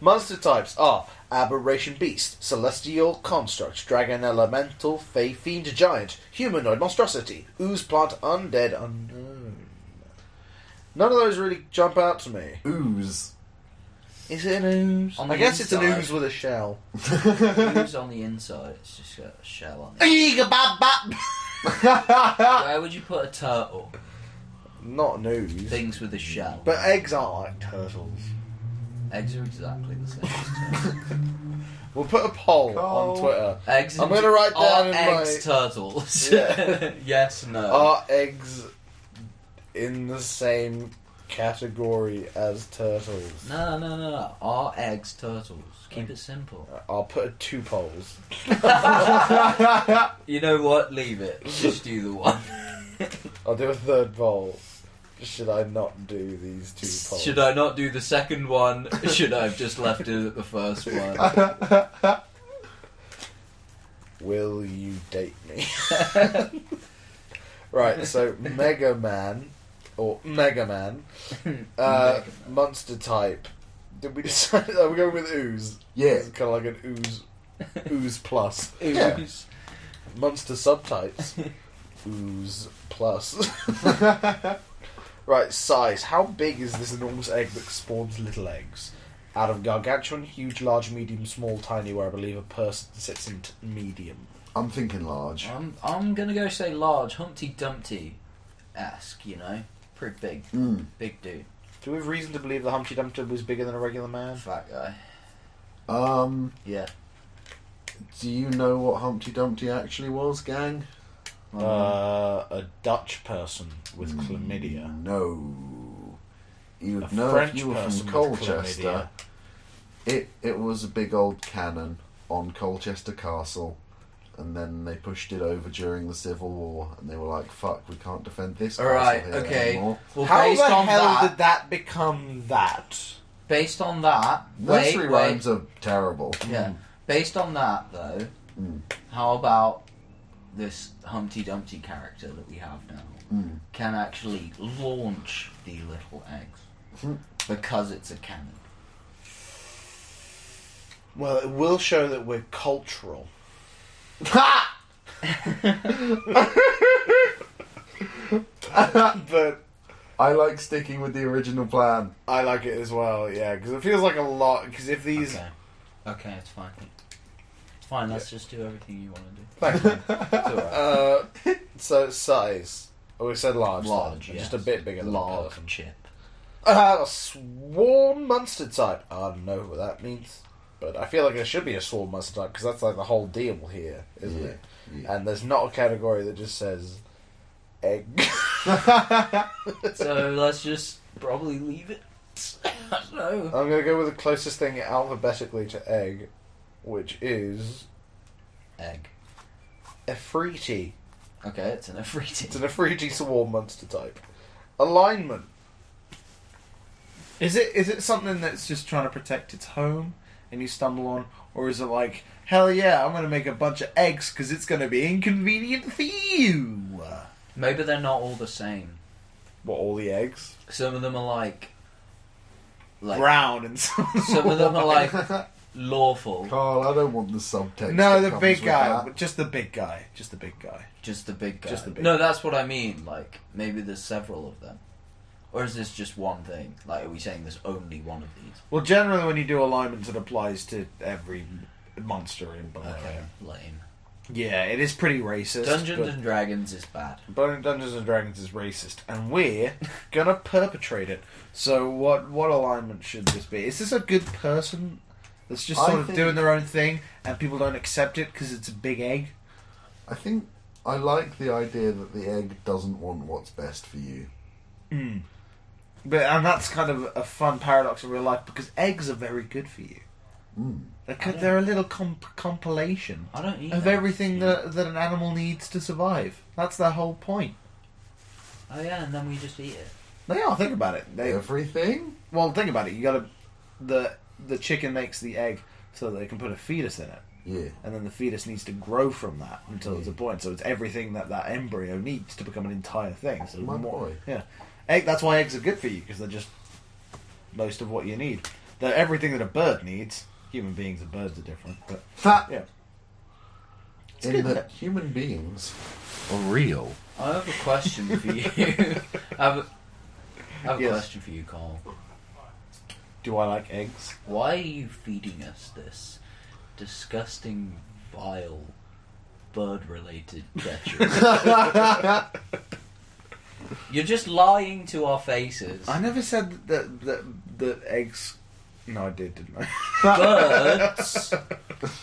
B: monster types are aberration beast, celestial construct, dragon elemental, fey fiend giant, humanoid monstrosity, ooze plant, undead unknown. None of those really jump out to me.
D: Ooze.
B: Is it an ooze?
A: On
B: I
A: the
B: guess it's an
A: inside.
B: ooze with a shell.
A: Who's on the inside? It's just got a shell on it. Where would you put a turtle?
B: Not an ooze.
A: Things with a shell.
B: But eggs aren't like turtles.
A: Eggs are exactly the same. as turtles.
B: We'll put a poll
D: Oh.
B: on Twitter.
A: Eggs.
B: I'm gonna write
A: are
B: down in
A: eggs turtles.
B: Yeah. Uh,
A: yes. No.
B: Are eggs in the same category as turtles?
A: no. No. No. No. Are eggs turtles? Keep it simple.
B: I'll put a two polls.
A: You know what? Leave it. Just do the one.
B: I'll do a third poll. Should I not do these two polls?
A: Should I not do the second one? Should I have just left it at the first one?
B: Will you date me? right, so Mega Man or Mega Man, uh, monster type. Did we decide? Are we going with ooze?
D: Yeah.
B: it's kind of like an ooze, ooze plus
A: Ooze.
B: monster subtypes. ooze plus. right, size. How big is this enormous egg that spawns little eggs? Out of gargantuan, huge, large, medium, small, tiny, where I believe a person sits in t- medium.
D: I'm thinking large.
A: I'm I'm gonna go say large Humpty Dumpty, esque. You know, pretty big,
D: Mm.
A: big dude,
B: Do we have reason to believe the Humpty Dumpty was bigger than a regular man?
A: fat guy.
D: Um,
A: Yeah.
D: do you know what Humpty Dumpty actually was, gang? Mm.
B: Uh, a Dutch person with chlamydia.
D: No. You'd
B: A
D: know
B: French
D: if you were
B: person
D: from
B: with
D: Colchester.
B: chlamydia.
D: It it was a big old cannon on Colchester Castle, and then they pushed it over during the Civil War, and they were like, "Fuck, we can't defend this
A: All
D: castle
A: right.
D: here
A: Okay.
D: anymore."
A: Well,
B: How
A: based
B: the
A: on
B: hell
A: that,
B: did that become that?
A: based on that, wait,
D: Nursery
A: wait.
D: rhymes are Hmm. terrible.
A: Yeah. Based on that, though,
D: Mm.
A: how about this Humpty Dumpty character that we have now
D: Mm.
A: can actually launch the little eggs
D: Hmm.
A: because it's a cannon?
B: Well, it will show that we're cultural. but
D: I like sticking with the original plan.
B: I like it as well, yeah, because it feels like a lot. Because if these.
A: Okay. Okay, it's fine. It's fine. Let's just do everything you want to do.
B: Thank you.
A: It's all right.
B: Uh, so, size. Oh, we said large.
A: Large,
B: then.
A: yes.
B: Just a bit bigger than a
A: Large
B: person.
A: chip.
B: Uh, a swarm monster type. I don't know what that means, but I feel like there should be a swarm monster type because that's like the whole deal here, isn't
D: Yeah,
B: it?
D: yeah.
B: And there's not a category that just says egg.
A: So let's just probably leave it. I don't know.
B: I'm gonna go with the closest thing alphabetically to egg, which is
A: Egg.
B: Efreeti.
A: Okay, it's an Afriti.
B: It's an Efreeti swarm monster type. Alignment. Is it is it something that's just trying to protect its home and you stumble on, or is it like hell yeah, I'm gonna make a bunch of eggs because it's gonna be inconvenient for you?
A: Maybe they're not all the same.
B: What all the eggs?
A: Some of them are like, like
B: Brown and some,
A: some of them are like lawful,
D: Carl, I don't want the subtext.
B: no,
D: that
B: the
D: comes
B: big
D: with
B: guy,
D: that.
B: just the big guy, just the big guy.
A: just the big guy.
B: Just the big
A: no,
B: guy.
A: that's what I mean. Like maybe there's several of them, or is this just one thing? Like, are we saying there's only one of these?
B: Well, generally when you do alignments, it applies to every monster in Bavaria.
A: Okay, lame.
B: Yeah, it is pretty racist.
A: Dungeons
B: but-
A: and Dragons is bad.
B: Burning Dungeons and Dragons is racist, and we're gonna perpetrate it. So what? What alignment should this be? Is this a good person that's just
D: I
B: sort of
D: think-
B: doing their own thing, and people don't accept it because it's a big egg?
D: I think I like the idea that the egg doesn't want what's best for you.
B: But and that's kind of a fun paradox in real life because eggs are very good for you.
D: Mm.
E: They're, co- they're a little comp- compilation
A: I don't eat
E: of
A: that.
E: everything that, that an animal needs to survive. That's their whole point.
A: Oh yeah, and then we just eat it.
E: They are. Think about it. They,
D: Everything?
E: well, think about it. You gotta the the chicken makes the egg so that they can put a fetus in it,
D: Yeah.
E: and then the fetus needs to grow from that until it's a point. So it's everything that that embryo needs to become an entire thing. So
D: My
E: more-
D: boy.
E: yeah, egg. That's why eggs are good for you because they're just most of what you need. They're everything that a bird needs. Human beings and birds are different, but
D: That
E: yeah. It's
D: in
E: good,
D: that
E: isn't it?
D: human beings are real.
A: I have a question for you. I have a, I have a
E: Yes.
A: question for you, Carl.
E: Do I like eggs?
A: Why are you feeding us this disgusting, vile, bird-related treachery? You're just lying to our faces.
E: I never said that that, that eggs. No, I did, didn't I?
A: Birds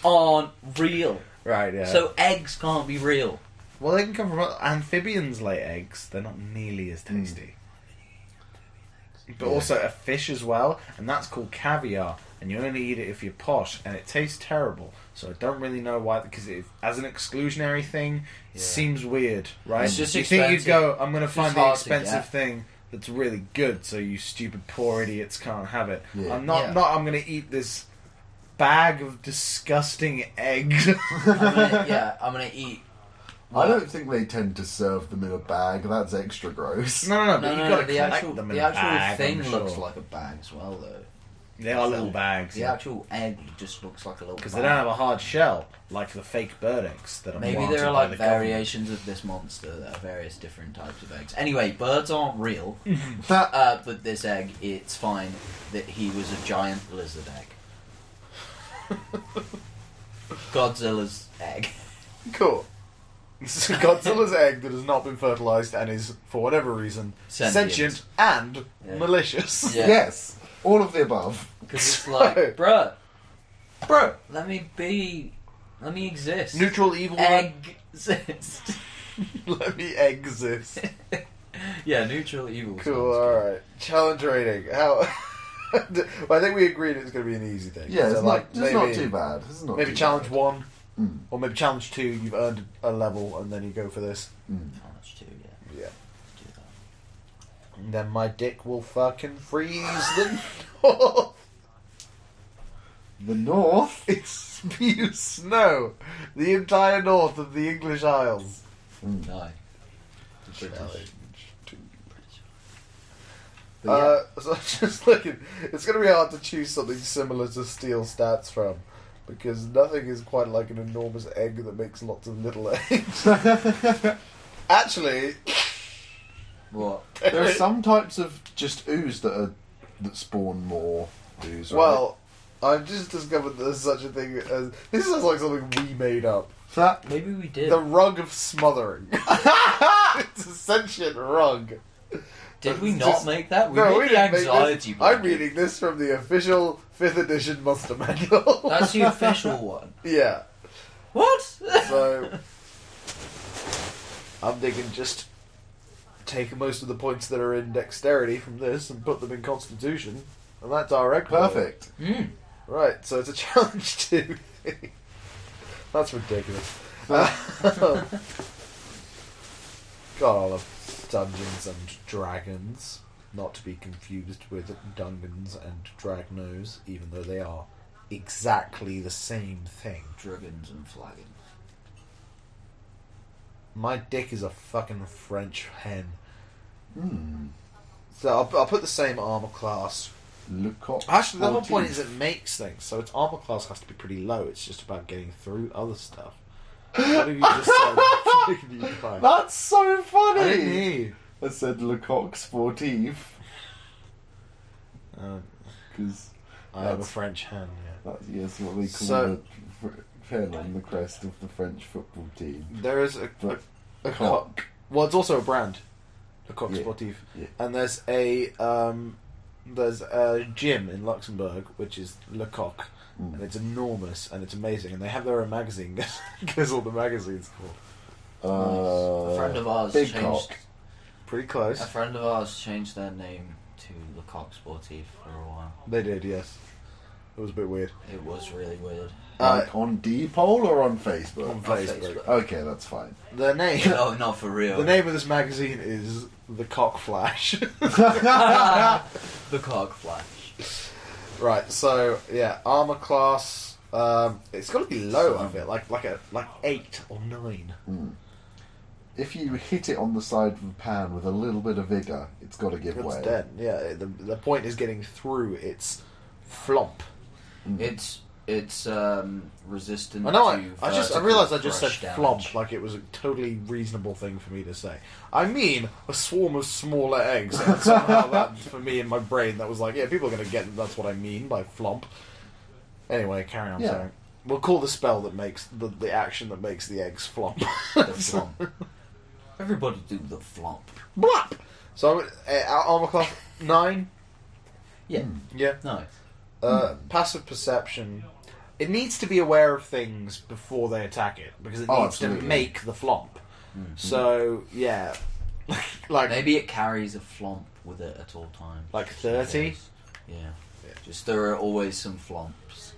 A: aren't real,
E: right, yeah.
A: so eggs can't be real.
E: well, they can come from amphibians lay eggs. They're not nearly as
A: Hmm.
E: tasty. But also a fish as well, and that's called caviar. And you only eat it if you're posh, and it tastes terrible. So I don't really know why, because it, as an exclusionary thing, it
A: Yeah.
E: seems weird, right?
A: It's just
E: you think you'd go,
A: expensive.
E: I'm going to
A: It's
E: find
A: just
E: the
A: hard to
E: expensive
A: get.
E: thing that's really good, so you stupid poor idiots can't have it.
D: Yeah.
E: I'm not,
A: Yeah.
E: not. I'm going to eat this bag of disgusting eggs.
A: I'm gonna, yeah, I'm gonna eat.
D: I don't think they tend to serve them in a bag. That's extra gross.
E: No, no, no. But
A: No,
E: you've got
A: no, no,
E: to
A: the
E: collect
A: actual,
E: them in
A: the
E: a
A: actual
E: bag,
A: thing
E: I'm sure.
A: looks like a bag as well, though.
E: they are little bags.
A: The actual egg just looks like a little.
E: Because they
A: Because
E: don't have a hard shell like the fake bird eggs that are
A: Maybe
E: marketed
A: there are
E: by
A: like
E: the
A: variations of this monster. There are various different types of eggs. Anyway, birds aren't real.
D: That
A: Uh, but this egg, it's fine that he was a giant lizard egg. Godzilla's egg.
B: Cool. This is Godzilla's egg that has not been fertilized and is, for whatever reason,
A: Sentient.
B: sentient, and
A: Yeah.
B: malicious.
A: Yeah.
D: yes, all of the above.
A: Because it's like, bruh,
B: Bro,
A: let me be. Let me exist.
B: neutral evil.
A: egg exist.
B: Let me exist.
A: yeah, neutral evil. sounds
B: Cool.
A: good.
B: All right. Challenge rating. How? well, I think we agreed it's going to be an easy thing.
D: Yeah,
B: So,
D: it's, not,
B: like,
D: it's
B: maybe,
D: not too bad. It's not
B: Maybe
D: too
B: challenge one,
D: bad. Mm,
B: or maybe challenge two. You've earned a level, and then you go for this.
D: mm.
A: How much too? Yeah.
B: Yeah.
A: let's do that.
B: And then my dick will fucking freeze the north.
D: The North.
B: It spews snow. The entire north of the English Isles.
D: Mm.
A: No.
B: Challenge two.
D: But yeah.
B: Uh, so I'm just looking. It's going to be hard to choose something similar to steal stats from, because nothing is quite like an enormous egg that makes lots of little eggs. Actually,
A: What?
D: there are some types of just ooze that are that spawn more ooze.
B: well, I've just discovered that there's such a thing as this sounds like something we made up.
D: right?
A: Maybe we did.
B: The rug of smothering. it's a sentient rug.
A: Did we
B: It's
A: not
B: just-
A: make that? We
B: no,
A: made
B: we
A: the
B: didn't
A: anxiety.
B: make this. I'm
A: blanket.
B: reading this from the official fifth edition Monster Manual.
A: That's the official one.
B: yeah.
A: What?
B: So I'm thinking just take most of the points that are in dexterity from this and put them in constitution, and that's our egg. roll.
D: perfect.
A: Mm.
B: Right, so it's a challenge too. that's ridiculous. Uh, God, I love Dungeons and Dragons. Not to be confused with Dungans and Dragnos, even though they are exactly the same thing.
A: Dragons and flagons.
B: My dick is a fucking French hen.
D: Mm.
B: So I'll, I'll put the same armor class.
D: Look up.
B: Actually, the whole
D: 14.
B: point is it makes things, so its armor class has to be pretty low. It's just about getting through other stuff. What have you just said? What have you done?
D: That's so
B: I
D: funny.
B: didn't hear you.
D: I said Lecoq sportif
B: Um,
D: because
B: I have a
D: That's-
B: French hen. Yeah.
D: that's yes what they call
B: So-
D: the fr- pin on the crest of the French football team.
B: There is a, a,
D: But
B: a cock.
D: cock.
B: Well, it's also a brand, a cock
D: Yeah.
B: sportif,
D: Yeah.
B: and there's a um, there's a gym in Luxembourg which is Le Coq,
D: Mm.
B: and it's enormous and it's amazing, and they have their own magazine because all the magazines called.
D: Uh,
A: a friend of ours
D: big
A: changed.
D: cock.
B: Pretty
A: A
B: close.
A: friend of ours changed their name to Le Coq Sportif for a while.
B: They did, yes. It was a bit weird.
A: It was really weird.
D: like on Depol or on Facebook?
B: On Facebook.
D: Okay, that's fine.
B: The name.
A: no, not for real.
B: The name of this magazine is The Cock Flash.
A: the cog flash.
B: right, so yeah, armor class. Um, it's got to be low, I feel like like a like eight or nine.
D: If you hit it on the side of the pan with a little bit of vigor, it's got to give
B: It's
D: way.
B: dead. Yeah, the the point is getting through its flomp.
A: It's it's um, resistant.
B: I know. I,
A: to
B: I just I
A: vertical
B: realized I just said
A: thrust
B: flomp
A: damage.
B: like it was a totally reasonable thing for me to say. I mean, a swarm of smaller eggs. And somehow that for me in my brain that was like, yeah, people are going to get that that's what I mean by flomp. Anyway, carry on.
D: Yeah.
B: Sorry. We'll call the spell that makes the, the action that makes the eggs flomp.
A: The flomp. Everybody do the flomp.
B: Blop. So I'm at uh, armor class nine.
A: Yeah.
B: Yeah.
A: No.
B: Uh,
D: Hmm.
B: Passive perception. It needs to be aware of things before they attack it because it
D: Oh,
B: needs to
D: absolutely.
B: make the flomp. So yeah, like
A: Hmm. Maybe it carries a flomp with it at all times.
B: Like 30?
A: Yeah.
B: Yeah.
A: Just there are always some flomps.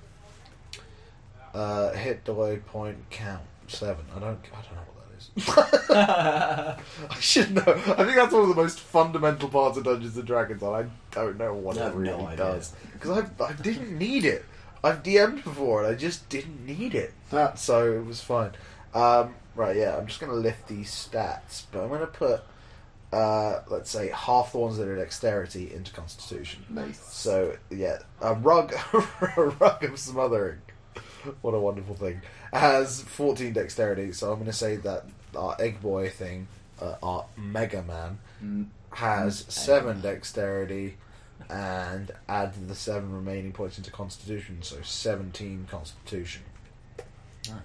B: uh, hit delay point count seven. I don't. I don't know what that is.
A: Hmm.
B: I should know. I think that's one of the most fundamental parts of Dungeons and Dragons, and I don't know what
A: I
B: it
A: have no
B: really
A: idea.
B: does because I, I didn't need it. I've DM'd before, and I just didn't need it.
D: That's
B: so it was fine. Um, right, yeah, I'm just going to lift these stats, but I'm going to put, uh, let's say, Hawthorn's inner dexterity into Constitution.
D: nice.
B: So, yeah, a rug, a rug of smothering. What a wonderful thing. Has 14 dexterity, so I'm going to say that our Egg Boy thing, uh, our Mega Man,
A: Mm.
B: has
A: Mm.
B: 7 dexterity and add the 7 remaining points into Constitution, so 17 Constitution.
A: Nice.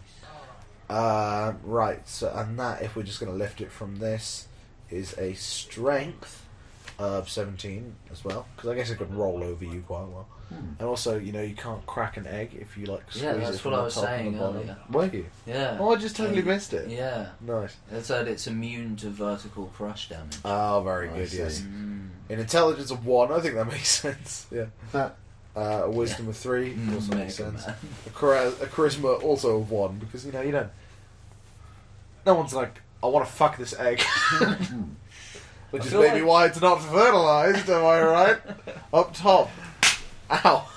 B: Uh, right, so and that if we're just going to lift it from this is a strength of 17 as well because I guess it could roll over you quite well. And also, you know, you can't crack an egg if you like squeeze
A: Hmm. Yeah,
B: it
A: that's
B: from
A: what
B: the
A: I was
B: top and
A: saying
B: the bottom.
A: earlier.
B: Were you?
A: Yeah.
B: Oh, I just totally
A: Um,
B: missed it.
A: Yeah.
B: Nice.
A: It said it's immune to vertical crush damage.
B: Oh, very
D: I
B: good.
D: see.
B: Yes.
A: Mm.
B: An intelligence of one, I think that makes sense. Yeah.
D: That
B: Uh, a wisdom of three also
A: Mm, Hmm. Mega
B: makes sense.
A: Man.
B: a, chara- a charisma also of one because you know you don't. No one's like, I want to fuck this egg, which
A: I
B: is
A: feel
B: maybe
A: like-
B: why it's not fertilized. Am I right? Up top, ow.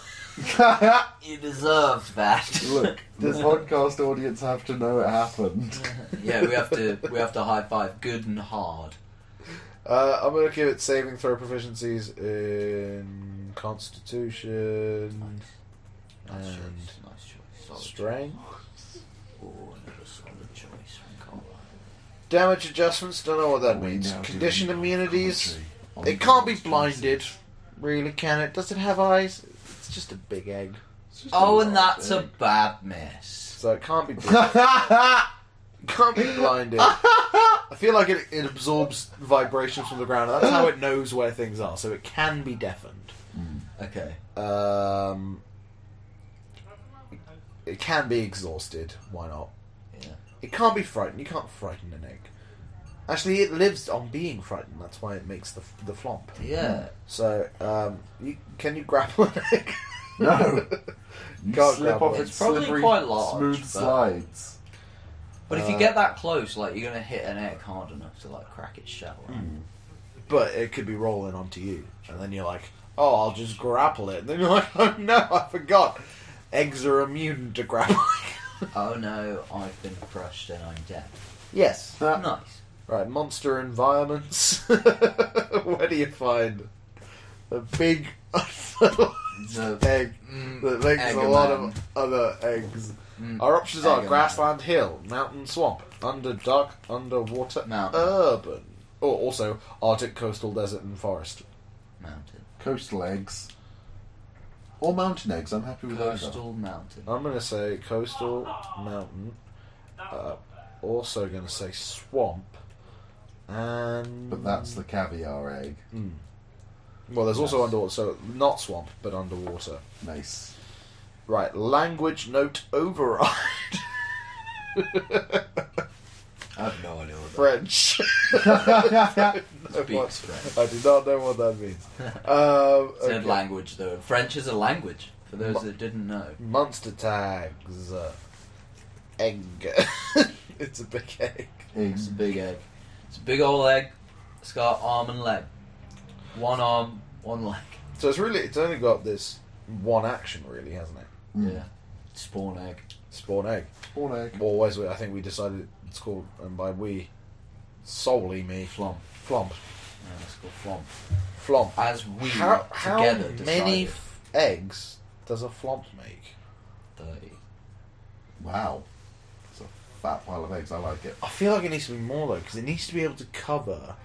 A: You deserved that.
D: look. This podcast audience have to know it happened.
A: yeah, we have to we have to high five good and hard.
B: Uh, I'm gonna give it saving throw proficiencies in Constitution
A: Nice
B: and
A: choice. Nice choice. Solid
B: Strength.
A: choice. Oh, another solid choice from Carlisle.
B: Damage adjustments. Don't know what that
D: We
B: means.
D: now do
B: Condition
D: an
B: immunities.
D: commentary on
B: It can't be
D: Dungeons and
B: blinded, really, can it? Does it have eyes? It's just a big egg.
D: It's just a eh?
A: Oh, and
D: large
A: that's a
D: egg.
A: bad miss.
B: So it can't be blinded. can't be blinded. I feel like it, it absorbs vibrations from the ground. That's how it knows where things are, so it can be deafened.
A: Okay.
B: Um, it can be exhausted. Why not?
A: Yeah.
B: It can't be frightened. You can't frighten an egg. Actually, it lives on being frightened. That's why it makes the the flomp.
A: Yeah.
B: So, um, you, can you grapple an egg?
D: No. You
B: Can't
D: slip
B: grab
D: off
B: it.
A: It's probably
D: slippery,
A: quite large,
D: Smooth
A: but-
D: slides.
A: But if
B: Uh,
A: you get that close, like you're gonna hit an egg hard enough to like crack its shell. Right?
B: but it could be rolling onto you, and then you're like, "Oh, I'll just grapple it." And then you're like, "Oh no, I forgot." Eggs are immune to grappling.
A: Oh no, I've been crushed and I'm dead.
B: yes.
D: That-
A: Nice.
B: Right, monster environments. Where do you find a big
A: The-
B: egg that makes a
A: Eggerman.
B: lot of other eggs?
A: Mm.
B: Our options are
A: Eggerman.
B: grassland, hill, mountain, swamp, under dark, underwater,
A: Mountain.
B: urban, or also arctic, coastal, desert, and forest.
A: Mountain.
D: Coastal eggs. Or mountain eggs. I'm happy with either.
A: Coastal mountain.
B: I'm gonna say coastal, mountain. Uh, also gonna say swamp, and hmm.
D: But that's the caviar egg.
B: well. There's also
D: Yes.
B: underwater, so not swamp, but underwater.
D: Nice.
B: Right, language note override.
A: I have no idea what
B: French.
A: that speaks French.
B: I do not know what that means. Um,
A: Third
B: okay.
A: language though. French is a language. For those
F: Mu-
A: that didn't know,
F: Monster tags.
B: uh,
F: Egg. it's a big egg.
A: it's a
C: Eggs.
A: big egg. It's a big old egg. It's got arm and leg. One arm, one leg.
F: So it's really it's only got this one action really, hasn't it?
B: Hmm.
C: Mm.
A: Yeah. Spawn egg.
F: Spawn egg.
C: Spawn egg.
F: Or as we, I think we decided it's called, and by we, solely me,
A: Flomp.
F: flomp,
A: Yeah, it's called flomp.
F: flomp.
A: As we
F: How, how
A: together
F: many
A: decided.
F: f- eggs does a flomp make?
A: Thirty.
C: Wow. It's a fat pile of eggs. I like it.
B: I feel like it needs to be more though, because it needs to be able to cover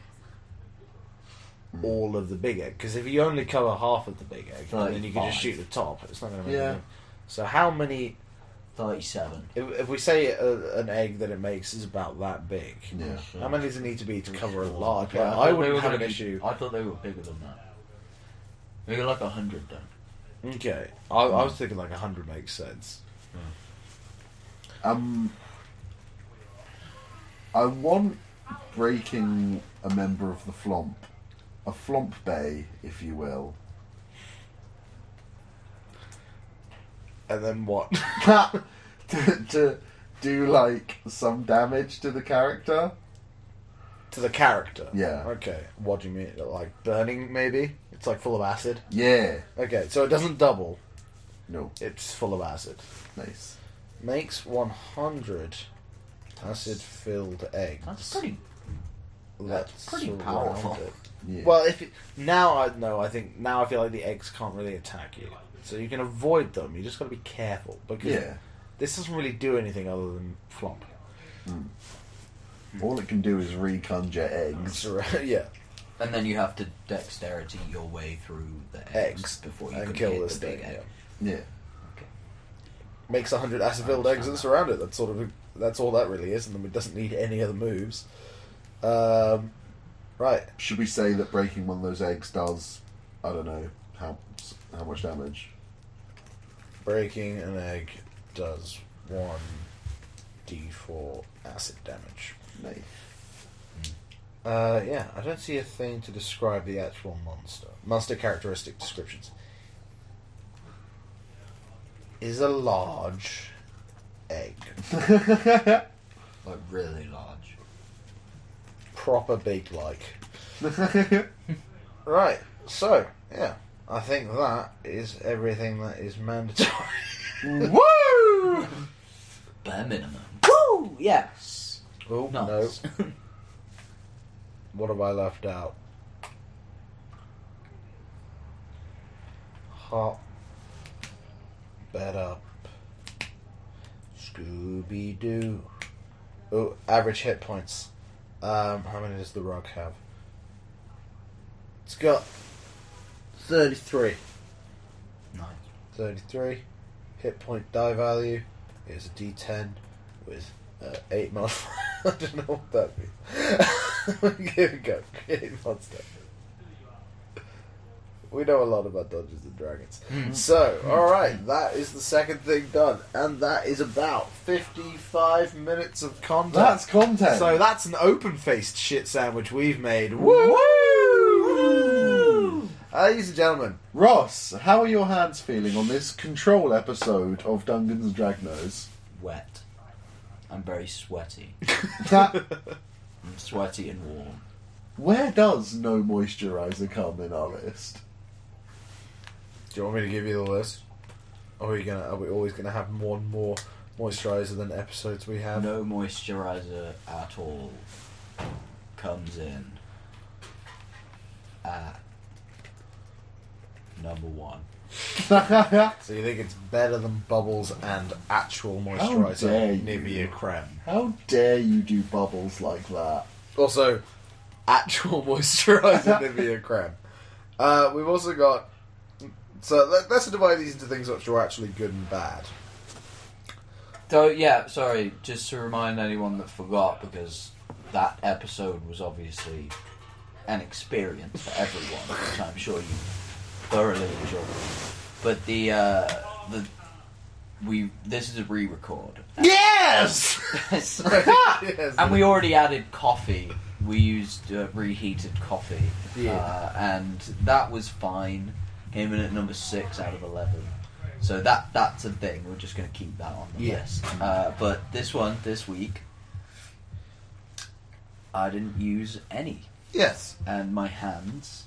F: Hmm.
B: all of the big egg. Because if you only cover half of the big egg,
A: Like
B: then you can just
A: five.
B: shoot the top. It's not going to make
C: Yeah.
B: any difference. So how many?
A: Thirty-seven.
B: If, if we say a, an egg that it makes is about that big,
C: Yeah.
B: how many does it need to be to cover a large?
A: Yeah,
B: Like,
A: thought
B: I
A: they
B: wouldn't
A: were
B: have
A: gonna
B: an
A: be-
B: issue.
A: I thought they were bigger than that. Maybe like a hundred then.
B: Okay, I, I was thinking like hundred makes sense.
C: Um, I want breaking a member of the flomp, a flomp bay, if you will.
B: And then what?
C: to, to do like some damage to the character.
B: to the character.
C: Yeah.
B: Okay. What do you mean? Like burning? Maybe it's like full of acid.
C: Yeah.
B: Okay, so it doesn't double.
C: No.
B: It's full of acid.
C: Nice.
B: makes 100 acid filled eggs.
A: That's pretty.
B: Let's
A: that's pretty
B: round
A: powerful.
B: it.
C: Yeah.
B: Well, if it, now I no, I think now I feel like the eggs can't really attack you, so you can avoid them. You just got to be careful because
C: yeah.
B: this doesn't really do anything other than flop.
C: All it can do is reconjure eggs.
B: It's- yeah,
A: And then you have to dexterity your way through the eggs,
B: Eggs.
A: before you
B: and
A: can
B: kill
A: hit
B: this
A: the big
B: thing.
A: egg.
B: Yeah.
C: Yeah.
B: Makes 100 acid filled eggs and surround it. That's sort of that's all that really is, and then it doesn't need any other moves. Um, right.
C: Should we say that breaking one of those eggs does? I don't know how how much damage.
B: Breaking an egg does one d4 acid damage.
C: Nay.
B: Uh, yeah, I don't see a thing to describe the actual monster. Monster characteristic descriptions. Is a large egg.
A: Like really large.
B: Proper big like. Right, so, yeah. I think that is everything that is mandatory.
C: Woo!
A: Bare minimum. Woo! Yes.
B: oh, no.
A: Nuts.
B: What have I left out? Hop, bed up, Scooby Doo. Oh, average hit points. Um, how many does the rug have? It's got 33.
A: Nice.
B: 33 hit point die value is a d10 with uh, 8 mod. I don't know what that means. Here we go. Create monster. We know a lot about Dungeons and Dragons.
C: Mm-hmm.
B: So, alright, that is the second thing done. And that is about 55 minutes of content.
C: That's content.
B: so, that's an open faced shit sandwich we've made. Woo!
C: Woo!
B: Ladies and gentlemen,
C: Ross, how are your hands feeling on this control episode of Dungeons and Dragnos?
A: Wet. I'm very sweaty.
C: That,
A: I'm sweaty and warm.
C: where does no moisturizer come in our list?
B: Do you want me to give you the list? Or are you gonna? Are we always gonna have more and more moisturizer than episodes we have?
A: No moisturizer at all comes in at number one.
C: how
B: So you think it's better than bubbles and actual
C: dare
B: moisturizer
C: you.
B: Nivea creme?
C: dare you do bubbles like that?
B: Also, actual moisturizer Nivea creme. Uh, we've also got. So let, let's divide these into things which are actually good and bad.
A: So yeah, sorry, just to remind anyone that forgot because that episode was obviously an experience for everyone, which I'm sure you thoroughly enjoyed. But the uh, the we this is a re-record,
B: Yes. yes.
A: and we already added coffee. We used uh, reheated coffee,
B: Yeah.
A: uh, and that was fine. Came in at number six out of eleven. So that that's a thing. We're just going to keep that on the
B: Yes.
A: list. Uh, but this one, this week, I didn't use any,
C: Yes.
A: and my hands,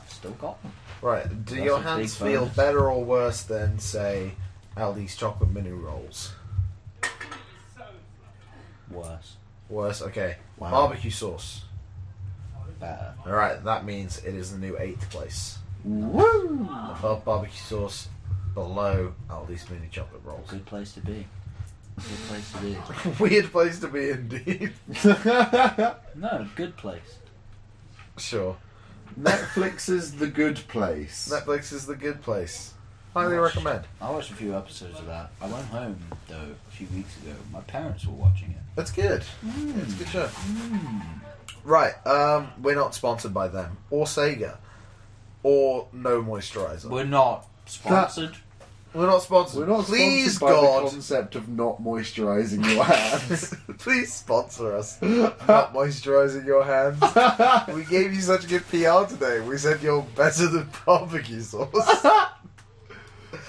A: I've still got them.
B: Right. Do
A: That's
B: your
A: a
B: hands
A: big
B: feel
A: bonus.
B: better or worse than say Aldi's chocolate mini rolls?
A: Worse,
B: Worse. Okay.
C: Wow.
B: Barbecue sauce.
A: better.
B: All right. That means it is the new eighth place.
C: Woo!
B: Above barbecue sauce, below Aldi's mini chocolate rolls.
A: Good place to be. Good place to be.
B: Weird place to be indeed.
A: No, good place.
B: Sure.
C: Netflix's The Good Place.
B: Netflix is the good place. Highly
A: Watched-
B: recommend.
A: I watched a few episodes of that. I went home though a few weeks ago. My parents were watching it.
B: That's good.
C: Mm.
B: It's a good show. Right. Um, we're not sponsored by them or Sega or no moisturizer. We're,
A: We're not sponsored.
B: not sponsored.
C: We're not
B: Please,
C: Please by the
B: God,
C: concept of not moisturising your hands.
B: please sponsor us. not moisturizing your hands. we gave you such good PR today. We said you're better than barbecue sauce.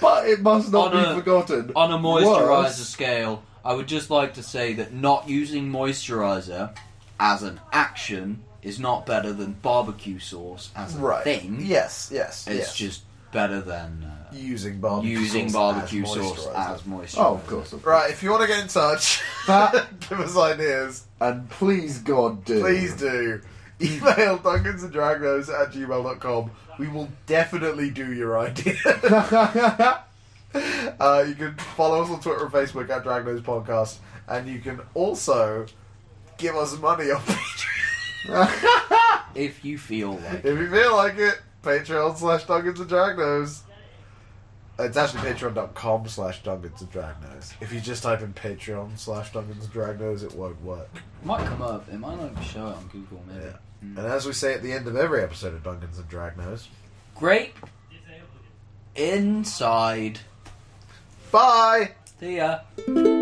C: but it must not
A: On
C: be
A: a-
C: forgotten.
A: On a moisturizer
C: Worse.
A: scale, I would just like to say that not using moisturizer as an action is not better than barbecue sauce as a
B: right.
A: thing.
B: Yes. Yes.
A: It's
B: yes.
A: just better than uh,
B: using barbecue
A: using
B: sauce
A: barbecue
B: as
A: sauce
B: moisturizer.
A: as moisturizer.
C: Oh, of course. Of course.
B: Right, if you want to get in touch,
C: That-
B: give us ideas.
C: And please, God, do.
B: Please do. Email Duncan's and Dragnos at gmail.com. We will definitely do your idea. uh, you can follow us on Twitter and Facebook at Dragnos Podcast. And you can also give us money on Patreon.
A: If you feel like
B: if you feel like it, Patreon slash Duncan's and Dragnos. It's actually patreon.com slash Duncan's and Dragnos. If you just type in Patreon slash Duncan's and Dragnos, it won't work.
A: it might come up, it might not show it on Google maybe.
B: Yeah. And as we say at the end of every episode of Dungeons and Dragnos,
A: Grape inside.
B: bye!
A: See ya.